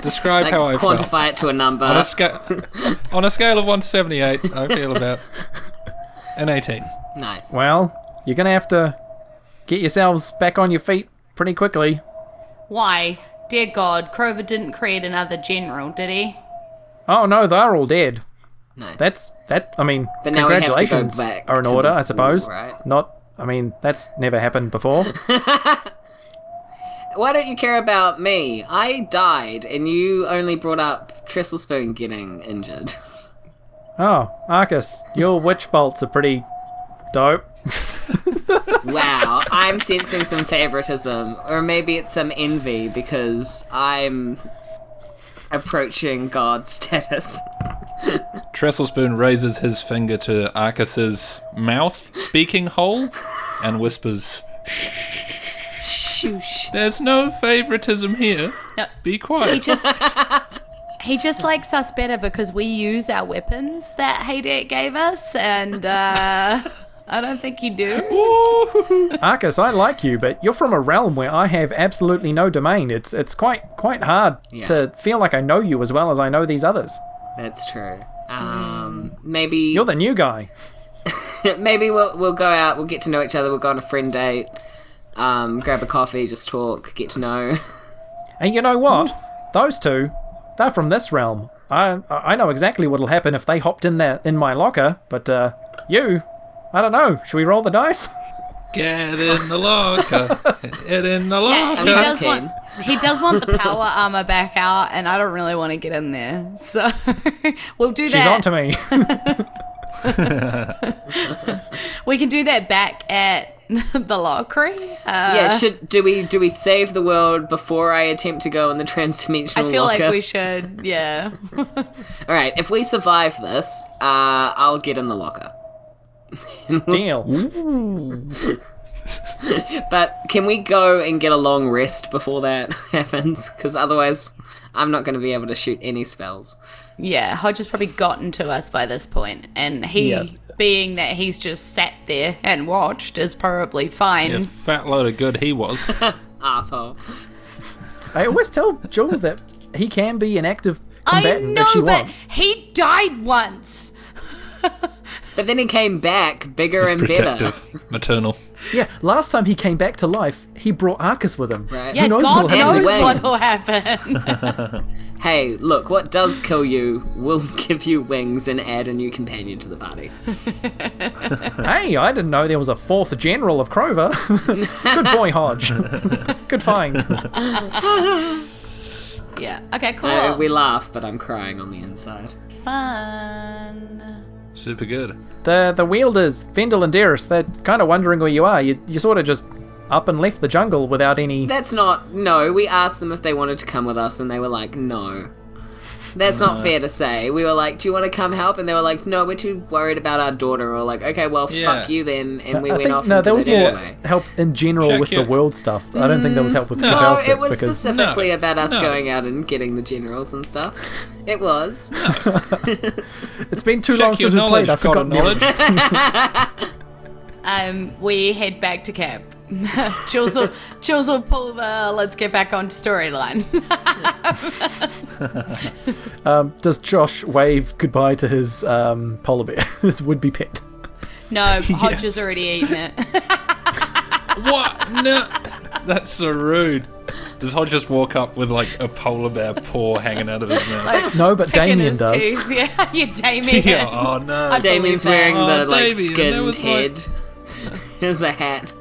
[SPEAKER 1] describe
[SPEAKER 3] Like,
[SPEAKER 1] how I felt
[SPEAKER 3] quantify it to a number.
[SPEAKER 1] on a, sca- on a scale of 1 to 78, I feel about an 18.
[SPEAKER 3] nice.
[SPEAKER 2] Well, you're gonna have to get yourselves back on your feet pretty quickly.
[SPEAKER 4] Why, dear God, Crover didn't create another general, did he?
[SPEAKER 2] Oh no, they're all dead.
[SPEAKER 3] Nice.
[SPEAKER 2] That's that. I mean,
[SPEAKER 3] But now we have to go
[SPEAKER 2] congratulations
[SPEAKER 3] back
[SPEAKER 2] are in
[SPEAKER 3] to
[SPEAKER 2] order,
[SPEAKER 3] the
[SPEAKER 2] I suppose.
[SPEAKER 3] war, right?
[SPEAKER 2] Not. I mean, that's never happened before.
[SPEAKER 3] Why don't you care about me? I died, and you only brought up Trestle Spoon getting injured.
[SPEAKER 2] oh, Arcus, your witch bolts are pretty dope.
[SPEAKER 3] Wow, I'm sensing some favoritism, or maybe it's some envy because I'm approaching God status.
[SPEAKER 1] Trestle Spoon raises his finger to Arcus's mouth speaking hole and whispers,
[SPEAKER 3] Shoosh.
[SPEAKER 1] There's no favoritism here.
[SPEAKER 4] No.
[SPEAKER 1] Be
[SPEAKER 4] He
[SPEAKER 1] quiet.
[SPEAKER 4] just he just likes us better because we use our weapons that Haydet gave us, and uh, I don't think you do.
[SPEAKER 2] Arcus, I like you, but you're from a realm where I have absolutely no domain. It's it's quite quite hard
[SPEAKER 3] Yeah.
[SPEAKER 2] to feel like I know you as well as I know these others.
[SPEAKER 3] That's true.
[SPEAKER 4] Mm.
[SPEAKER 3] Um, maybe
[SPEAKER 2] You're the new guy.
[SPEAKER 3] maybe we'll we'll go out, we'll get to know each other, we'll go on a friend date, um, grab a coffee, just talk, get to know.
[SPEAKER 2] And you know what?
[SPEAKER 4] Hmm.
[SPEAKER 2] Those two, they're from this realm. I I know exactly what'll happen if they hopped in there in my locker. But uh, you, I don't know. Should we roll the dice?
[SPEAKER 1] Get in the locker. Get in the
[SPEAKER 4] Yeah,
[SPEAKER 1] locker.
[SPEAKER 4] he does
[SPEAKER 3] Okay.
[SPEAKER 4] want he does want the power armor back out, and I don't really want to get in there. So we'll do
[SPEAKER 2] She's
[SPEAKER 4] that.
[SPEAKER 2] on to me.
[SPEAKER 4] We can do that back at the Lockery. Uh,
[SPEAKER 3] yeah, should do we do we save the world before I attempt to go in the transdimensional
[SPEAKER 4] I feel
[SPEAKER 3] locker?
[SPEAKER 4] like we should. Yeah.
[SPEAKER 3] All right, if we survive this, uh, I'll get in the locker.
[SPEAKER 2] Deal.
[SPEAKER 3] But can we go and get a long rest before that happens? Because otherwise, I'm not going to be able to shoot any spells.
[SPEAKER 4] Yeah, Hodge has probably gotten to us by this point, and he,
[SPEAKER 2] Yeah.
[SPEAKER 4] being that he's just sat there and watched, is probably fine.
[SPEAKER 1] Yeah, fat load of good he was.
[SPEAKER 3] Asshole.
[SPEAKER 2] I always tell Jules that he can be an active
[SPEAKER 4] I
[SPEAKER 2] combatant
[SPEAKER 4] know,
[SPEAKER 2] if she
[SPEAKER 4] but
[SPEAKER 2] wants.
[SPEAKER 4] he died once.
[SPEAKER 3] But then he came back bigger and better.
[SPEAKER 1] Protective, maternal.
[SPEAKER 2] Yeah, last time he came back to life, he brought Arcus with him.
[SPEAKER 3] Right.
[SPEAKER 4] Yeah,
[SPEAKER 2] knows
[SPEAKER 4] God
[SPEAKER 2] what'll happen
[SPEAKER 4] knows
[SPEAKER 3] next?
[SPEAKER 4] what will happen.
[SPEAKER 3] Hey, look, what does kill you will give you wings and add a new companion to the party.
[SPEAKER 2] Hey, I didn't know there was a fourth general of Crover. Good boy, Hodge. Good find.
[SPEAKER 4] yeah. Okay. Cool.
[SPEAKER 3] I- Uh, we laugh, but I'm crying on the inside.
[SPEAKER 4] Fun.
[SPEAKER 1] Super good.
[SPEAKER 2] The the wielders, Vendel and Darius, they're kind of wondering where you are. You, you sort of just up and left the jungle without any.
[SPEAKER 3] That's not. No, we asked them if they wanted to come with us, and they were like, no. That's
[SPEAKER 1] Uh.
[SPEAKER 3] not fair to say. We were like, do you want to come help? And they were like, no, we're too worried about our daughter. Or like, okay, well,
[SPEAKER 1] Yeah.
[SPEAKER 3] fuck you then. And we
[SPEAKER 2] I
[SPEAKER 3] went
[SPEAKER 2] think
[SPEAKER 3] off.
[SPEAKER 2] no,
[SPEAKER 3] and
[SPEAKER 2] that was
[SPEAKER 3] did it
[SPEAKER 2] more
[SPEAKER 3] anyway. Mm.
[SPEAKER 2] help in general
[SPEAKER 1] Check
[SPEAKER 2] with
[SPEAKER 1] your-
[SPEAKER 2] the world stuff. I don't think that was help with
[SPEAKER 1] no,
[SPEAKER 2] Cavell
[SPEAKER 3] No,
[SPEAKER 2] set
[SPEAKER 3] it was
[SPEAKER 2] because
[SPEAKER 3] specifically
[SPEAKER 1] No.
[SPEAKER 3] about us
[SPEAKER 1] No.
[SPEAKER 3] going out and getting the generals and stuff. It was.
[SPEAKER 2] it's been too long
[SPEAKER 1] Check your
[SPEAKER 2] since we
[SPEAKER 1] knowledge,
[SPEAKER 2] played. I
[SPEAKER 1] God
[SPEAKER 2] forgot
[SPEAKER 1] of knowledge.
[SPEAKER 4] Um, we head back to camp. Jules will, Jules will pull the let's get back on storyline.
[SPEAKER 2] Does Josh wave goodbye to his um, polar bear, his would-be pet?
[SPEAKER 4] no, Hodge
[SPEAKER 1] Yes.
[SPEAKER 4] has already eaten it.
[SPEAKER 1] what? No. That's so rude. Does Hodge just walk up with like a polar bear paw hanging out of his mouth?
[SPEAKER 2] No, but
[SPEAKER 4] In
[SPEAKER 2] Damien
[SPEAKER 4] his
[SPEAKER 2] does.
[SPEAKER 4] teeth. Yeah, you Damien.
[SPEAKER 1] yeah. Oh no.
[SPEAKER 4] I believe
[SPEAKER 3] Damien's
[SPEAKER 4] that.
[SPEAKER 3] wearing the
[SPEAKER 1] Oh,
[SPEAKER 3] like
[SPEAKER 1] Damien, that
[SPEAKER 3] skinned
[SPEAKER 1] was my-
[SPEAKER 3] head. There's a hat.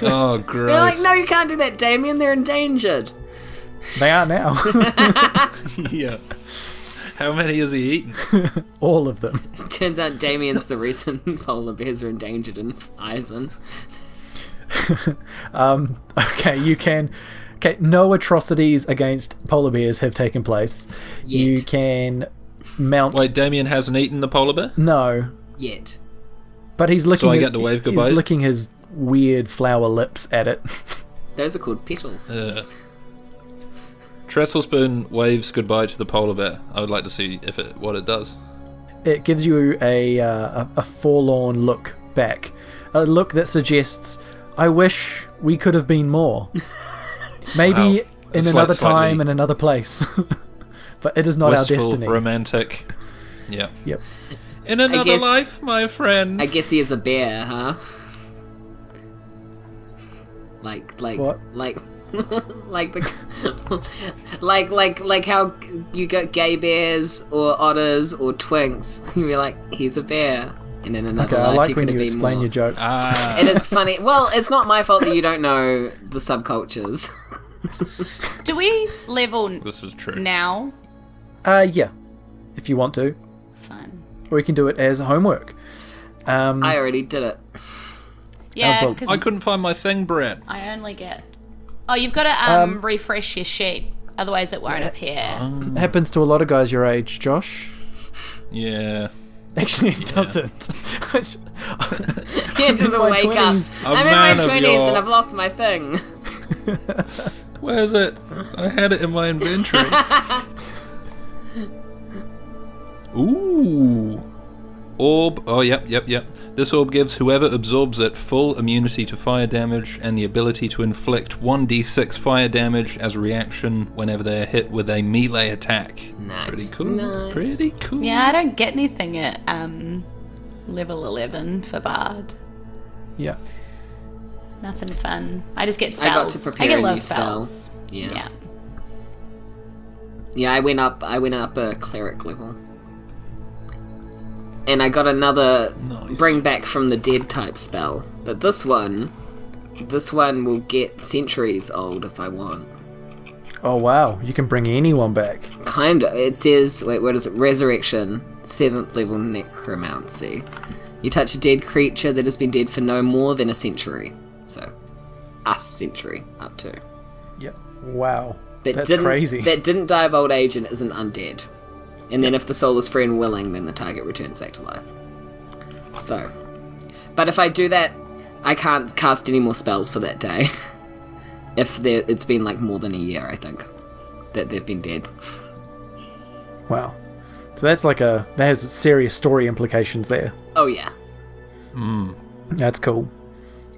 [SPEAKER 1] Oh
[SPEAKER 3] They're like,
[SPEAKER 1] gross.
[SPEAKER 3] no, you can't do that, Damien. They're endangered.
[SPEAKER 2] They are now
[SPEAKER 1] Yeah. How many has he eaten?
[SPEAKER 2] all of them.
[SPEAKER 3] Turns out Damien's the reason polar bears are endangered in Eisen.
[SPEAKER 2] Okay, you can. Okay, no atrocities against polar bears have taken place. You
[SPEAKER 3] Yet.
[SPEAKER 2] can mount.
[SPEAKER 1] Wait, Damien hasn't eaten the polar bear?
[SPEAKER 2] No,
[SPEAKER 3] Yet.
[SPEAKER 2] But he's licking.
[SPEAKER 1] I
[SPEAKER 2] his-
[SPEAKER 1] get to wave
[SPEAKER 2] He's
[SPEAKER 1] goodbyes?
[SPEAKER 2] licking his weird flower lips at it.
[SPEAKER 3] Those are called petals.
[SPEAKER 1] Uh, Trestle Spoon waves goodbye to the polar bear. I would like to see if it what it does.
[SPEAKER 2] It gives you a uh, a, a forlorn look back, a look that suggests, "I wish we could have been more. Maybe
[SPEAKER 1] Wow.
[SPEAKER 2] in
[SPEAKER 1] It's like
[SPEAKER 2] another
[SPEAKER 1] slightly-
[SPEAKER 2] time, in another place." but it is not
[SPEAKER 1] Wistful,
[SPEAKER 2] our destiny.
[SPEAKER 1] romantic. Yeah.
[SPEAKER 2] Yep.
[SPEAKER 1] In another
[SPEAKER 3] guess-
[SPEAKER 1] life, my friend.
[SPEAKER 3] I guess he is a bear, huh? Like, like,
[SPEAKER 2] What?
[SPEAKER 3] like, like the, like, like, like how you got gay bears or otters or twinks. You're like, he's a bear, and in another
[SPEAKER 2] okay, I
[SPEAKER 3] life
[SPEAKER 2] like
[SPEAKER 3] you
[SPEAKER 2] when
[SPEAKER 3] could
[SPEAKER 2] you
[SPEAKER 3] have been
[SPEAKER 2] explain
[SPEAKER 3] more.
[SPEAKER 2] your jokes.
[SPEAKER 1] Ah,
[SPEAKER 3] It is funny. Well, it's not my fault that you don't know the subcultures.
[SPEAKER 4] Do we level
[SPEAKER 1] this is true.
[SPEAKER 4] now?
[SPEAKER 2] Uh, yeah, if you want to,
[SPEAKER 4] Fun.
[SPEAKER 2] or you can do it as homework. Um,
[SPEAKER 1] Mm.
[SPEAKER 3] I already did it.
[SPEAKER 4] Yeah,
[SPEAKER 2] well,
[SPEAKER 4] because
[SPEAKER 1] I couldn't find my thing, Brad.
[SPEAKER 4] I only get. Oh, you've got to um, refresh your sheet, otherwise it won't appear.
[SPEAKER 2] happens to a lot of guys your age, Josh.
[SPEAKER 1] Yeah.
[SPEAKER 2] Actually, it doesn't.
[SPEAKER 3] Yeah, just
[SPEAKER 2] in my
[SPEAKER 3] wake up.
[SPEAKER 2] 20s.
[SPEAKER 1] A man
[SPEAKER 3] I'm in my
[SPEAKER 1] of
[SPEAKER 3] twenties
[SPEAKER 1] your-
[SPEAKER 3] and I've lost my thing.
[SPEAKER 1] Where's it? I had it in my inventory. Ooh. Orb. Oh, yep, yep, yep. This orb gives whoever absorbs it full immunity to fire damage and the ability to inflict 1d6 fire damage as a reaction whenever they are hit with a melee attack.
[SPEAKER 3] Nice.
[SPEAKER 1] Pretty cool.
[SPEAKER 3] Nice.
[SPEAKER 1] Pretty cool.
[SPEAKER 4] Yeah, I don't get anything at um, level 11 for Bard.
[SPEAKER 2] yeah.
[SPEAKER 4] Nothing fun. I just get
[SPEAKER 3] I
[SPEAKER 4] spells.
[SPEAKER 3] got to prepare
[SPEAKER 4] get
[SPEAKER 3] a
[SPEAKER 4] low
[SPEAKER 3] new spell.
[SPEAKER 4] spells.
[SPEAKER 3] Yeah.
[SPEAKER 4] Yeah.
[SPEAKER 3] yeah. I went up I went up a cleric level. And I got another
[SPEAKER 1] Nice.
[SPEAKER 3] bring back from the dead type spell. But this one this one will get centuries old if I want.
[SPEAKER 2] Oh wow, you can bring anyone back.
[SPEAKER 3] kind of. It says, wait, what is it? Resurrection, seventh level necromancy. You touch a dead creature that has been dead for no more than a century. So, a century up to.
[SPEAKER 2] Yep. Wow.
[SPEAKER 3] That
[SPEAKER 2] That's
[SPEAKER 3] didn't,
[SPEAKER 2] crazy.
[SPEAKER 3] That didn't die of old age and isn't undead. And then if the soul is free and willing, then the target returns back to life. So, but if I do that, I can't cast any more spells for that day. If there, it's been like more than a year, I think, that they've been dead.
[SPEAKER 2] Wow. So that's like a that has serious story implications there.
[SPEAKER 3] Oh yeah.
[SPEAKER 2] That's cool.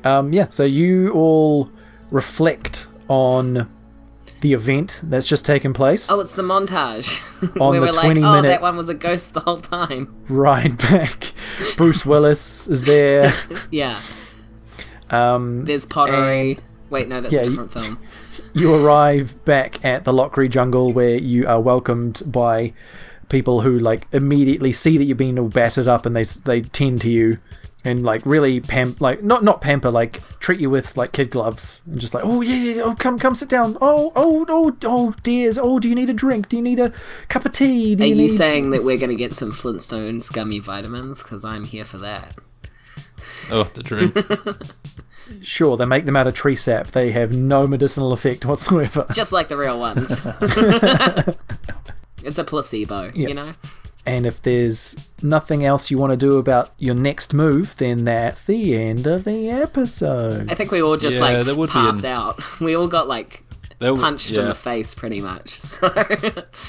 [SPEAKER 2] Um, yeah, so you all reflect on the event that's just taken place.
[SPEAKER 3] Oh, it's the montage.
[SPEAKER 2] On
[SPEAKER 3] Where
[SPEAKER 2] the
[SPEAKER 3] we're like,
[SPEAKER 2] 20
[SPEAKER 3] oh,
[SPEAKER 2] minute-
[SPEAKER 3] that one was a ghost the whole time.
[SPEAKER 2] Ride back. Bruce Willis is there.
[SPEAKER 3] Yeah.
[SPEAKER 2] Um,
[SPEAKER 3] There's pottery. Wait, no, that's
[SPEAKER 2] Yeah,
[SPEAKER 3] a
[SPEAKER 2] you-
[SPEAKER 3] different film.
[SPEAKER 2] you arrive back at the Lockery Jungle where you are welcomed by people who like immediately see that you've been all battered up and they s- they tend to you and like really pam like not not pamper like treat you with like kid gloves and just like oh yeah, yeah yeah, oh come come sit down oh oh oh oh dears oh do you need a drink do you need a cup of tea do
[SPEAKER 3] Are you
[SPEAKER 2] need
[SPEAKER 3] saying that we're going to get some Flintstone scummy vitamins? Because I'm here for that.
[SPEAKER 1] Oh, the dream.
[SPEAKER 2] sure they make them out of tree sap they have no medicinal effect whatsoever
[SPEAKER 3] Just like the real ones. it's a placebo, you know?
[SPEAKER 2] And if there's nothing else you want to do about your next move, then that's the end of the episode.
[SPEAKER 3] I think we all just
[SPEAKER 1] Yeah, there
[SPEAKER 3] like
[SPEAKER 1] would be
[SPEAKER 3] pass
[SPEAKER 1] an-
[SPEAKER 3] out. We all got like
[SPEAKER 1] There w-
[SPEAKER 3] punched in
[SPEAKER 1] yeah,
[SPEAKER 3] the face pretty much. So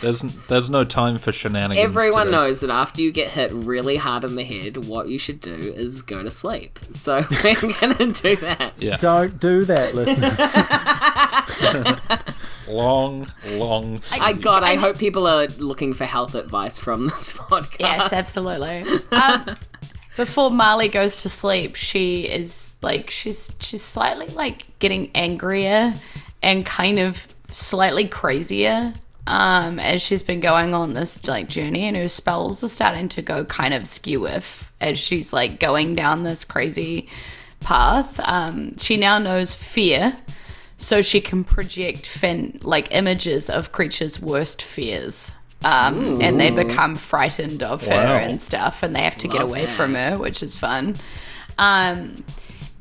[SPEAKER 1] There's there's no time for shenanigans.
[SPEAKER 3] everyone
[SPEAKER 1] today.
[SPEAKER 3] knows that after you get hit really hard in the head, what you should do is go to sleep. So we're going to do that.
[SPEAKER 1] Yeah,
[SPEAKER 2] Don't do that, listeners.
[SPEAKER 1] long, long. Sleep.
[SPEAKER 3] I God, I hope people are looking for health advice from this podcast.
[SPEAKER 4] Yes, absolutely. Um, before Marley goes to sleep, she is like she's she's slightly like getting angrier and kind of slightly crazier um, as she's been going on this like journey, and her spells are starting to go kind of skewiff as she's like going down this crazy path. Um, she now knows fear. So she can project fin- like images of creatures' worst fears um, and they become frightened of her
[SPEAKER 1] Wow.
[SPEAKER 4] and stuff, and they have to
[SPEAKER 3] Oh,
[SPEAKER 4] get away from her, which is fun. Um,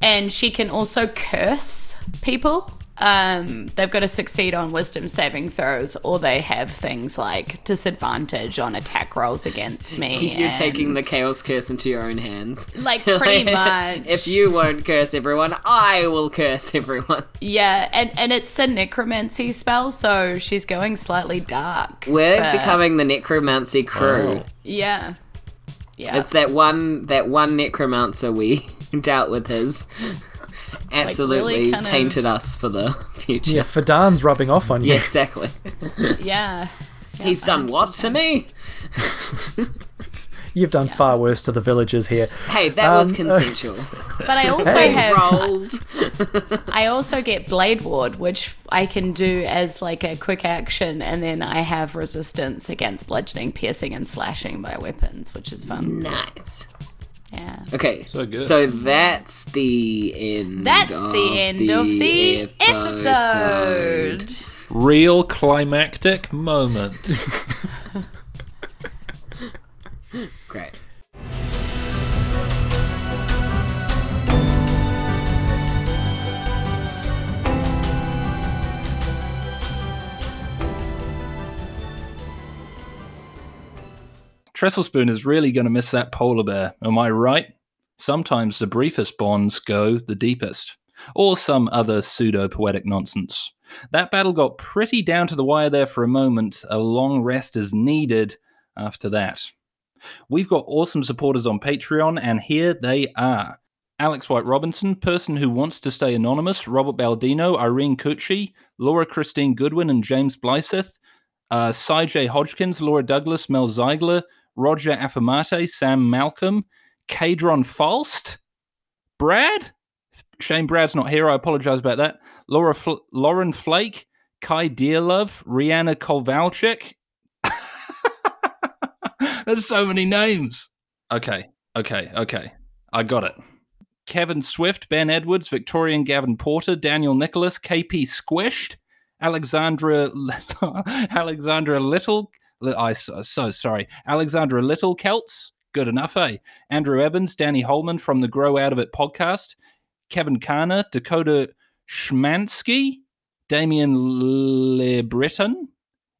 [SPEAKER 4] and she can also curse people. Um, they've got to succeed on wisdom saving throws, or they have things like disadvantage on attack rolls against me.
[SPEAKER 3] You're
[SPEAKER 4] and,
[SPEAKER 3] taking the chaos curse into your own hands.
[SPEAKER 4] like pretty much
[SPEAKER 3] if you won't curse everyone, I will curse everyone.
[SPEAKER 4] yeah, and and it's a necromancy spell, so she's going slightly dark.
[SPEAKER 3] We're
[SPEAKER 4] for-
[SPEAKER 3] becoming the necromancy crew.
[SPEAKER 1] Oh.
[SPEAKER 4] yeah, yeah.
[SPEAKER 3] It's that one that one necromancer we dealt with his absolutely
[SPEAKER 4] kind of-
[SPEAKER 3] tainted us for the future.
[SPEAKER 2] yeah, Fadan's rubbing off on you.
[SPEAKER 3] Yeah, exactly.
[SPEAKER 4] yeah.
[SPEAKER 3] He's done what to me?
[SPEAKER 2] You've done far worse to the villagers here.
[SPEAKER 3] Hey, that was
[SPEAKER 2] Um,
[SPEAKER 3] consensual.
[SPEAKER 4] But I also have
[SPEAKER 3] Rolled.
[SPEAKER 4] I also get Blade Ward, which I can do as like a quick action, and then I have resistance against bludgeoning, piercing, and slashing by weapons, which is
[SPEAKER 3] Mm.
[SPEAKER 4] fun.
[SPEAKER 3] Nice.
[SPEAKER 4] Yeah.
[SPEAKER 3] Okay.
[SPEAKER 1] So good.
[SPEAKER 3] So that's the end.
[SPEAKER 4] That's
[SPEAKER 3] of
[SPEAKER 4] the end of the episode.
[SPEAKER 1] Real climactic moment.
[SPEAKER 3] Great.
[SPEAKER 1] Trestle Spoon is really going to miss that polar bear. Am I right? Sometimes the briefest bonds go the deepest, or some other pseudo poetic nonsense. That battle got pretty down to the wire there for a moment. A long rest is needed after that. We've got awesome supporters on Patreon, and here they are. Alex White Robinson, Person Who Wants to Stay Anonymous, Robert Baldino, Irene Cucci, Laura Christine Goodwin, and James Blythe, uh, Cy J. Hodgkins, Laura Douglas, Mel Zeigler, Roger Affamate, Sam Malcolm, Cadron Falst, Brad. Shane Brad's not here. I apologize about that. Laura Fl- Lauren Flake, Kai Dearlove, Rihanna Kolvalchik. There's so many names. Okay, okay, okay. I got it. Kevin Swift, Ben Edwards, Victorian Gavin Porter, Daniel Nicholas, KP Squished, Alexandra Alexandra Little. Li- I so, so sorry, Alexandra Little Celts. Good enough, eh? Andrew Evans, Danny Holman from the Grow Out of It podcast, Kevin Kana, Dakota Schmansky, Damien LeBreton,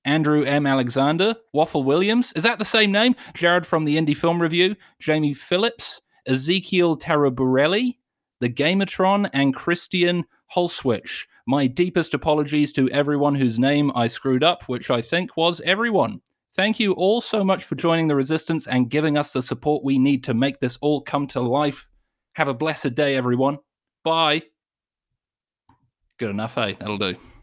[SPEAKER 1] Andrew M. Alexander, Waffle Williams. Is that the same name? Jared from the Indie Film Review, Jamie Phillips, Ezekiel Taraborelli, The Gamatron, and Christian Holswich. My deepest apologies to everyone whose name I screwed up, which I think was everyone. Thank you all so much for joining the resistance and giving us the support we need to make this all come to life. Have a blessed day, everyone. Bye. Good enough, eh? That'll do.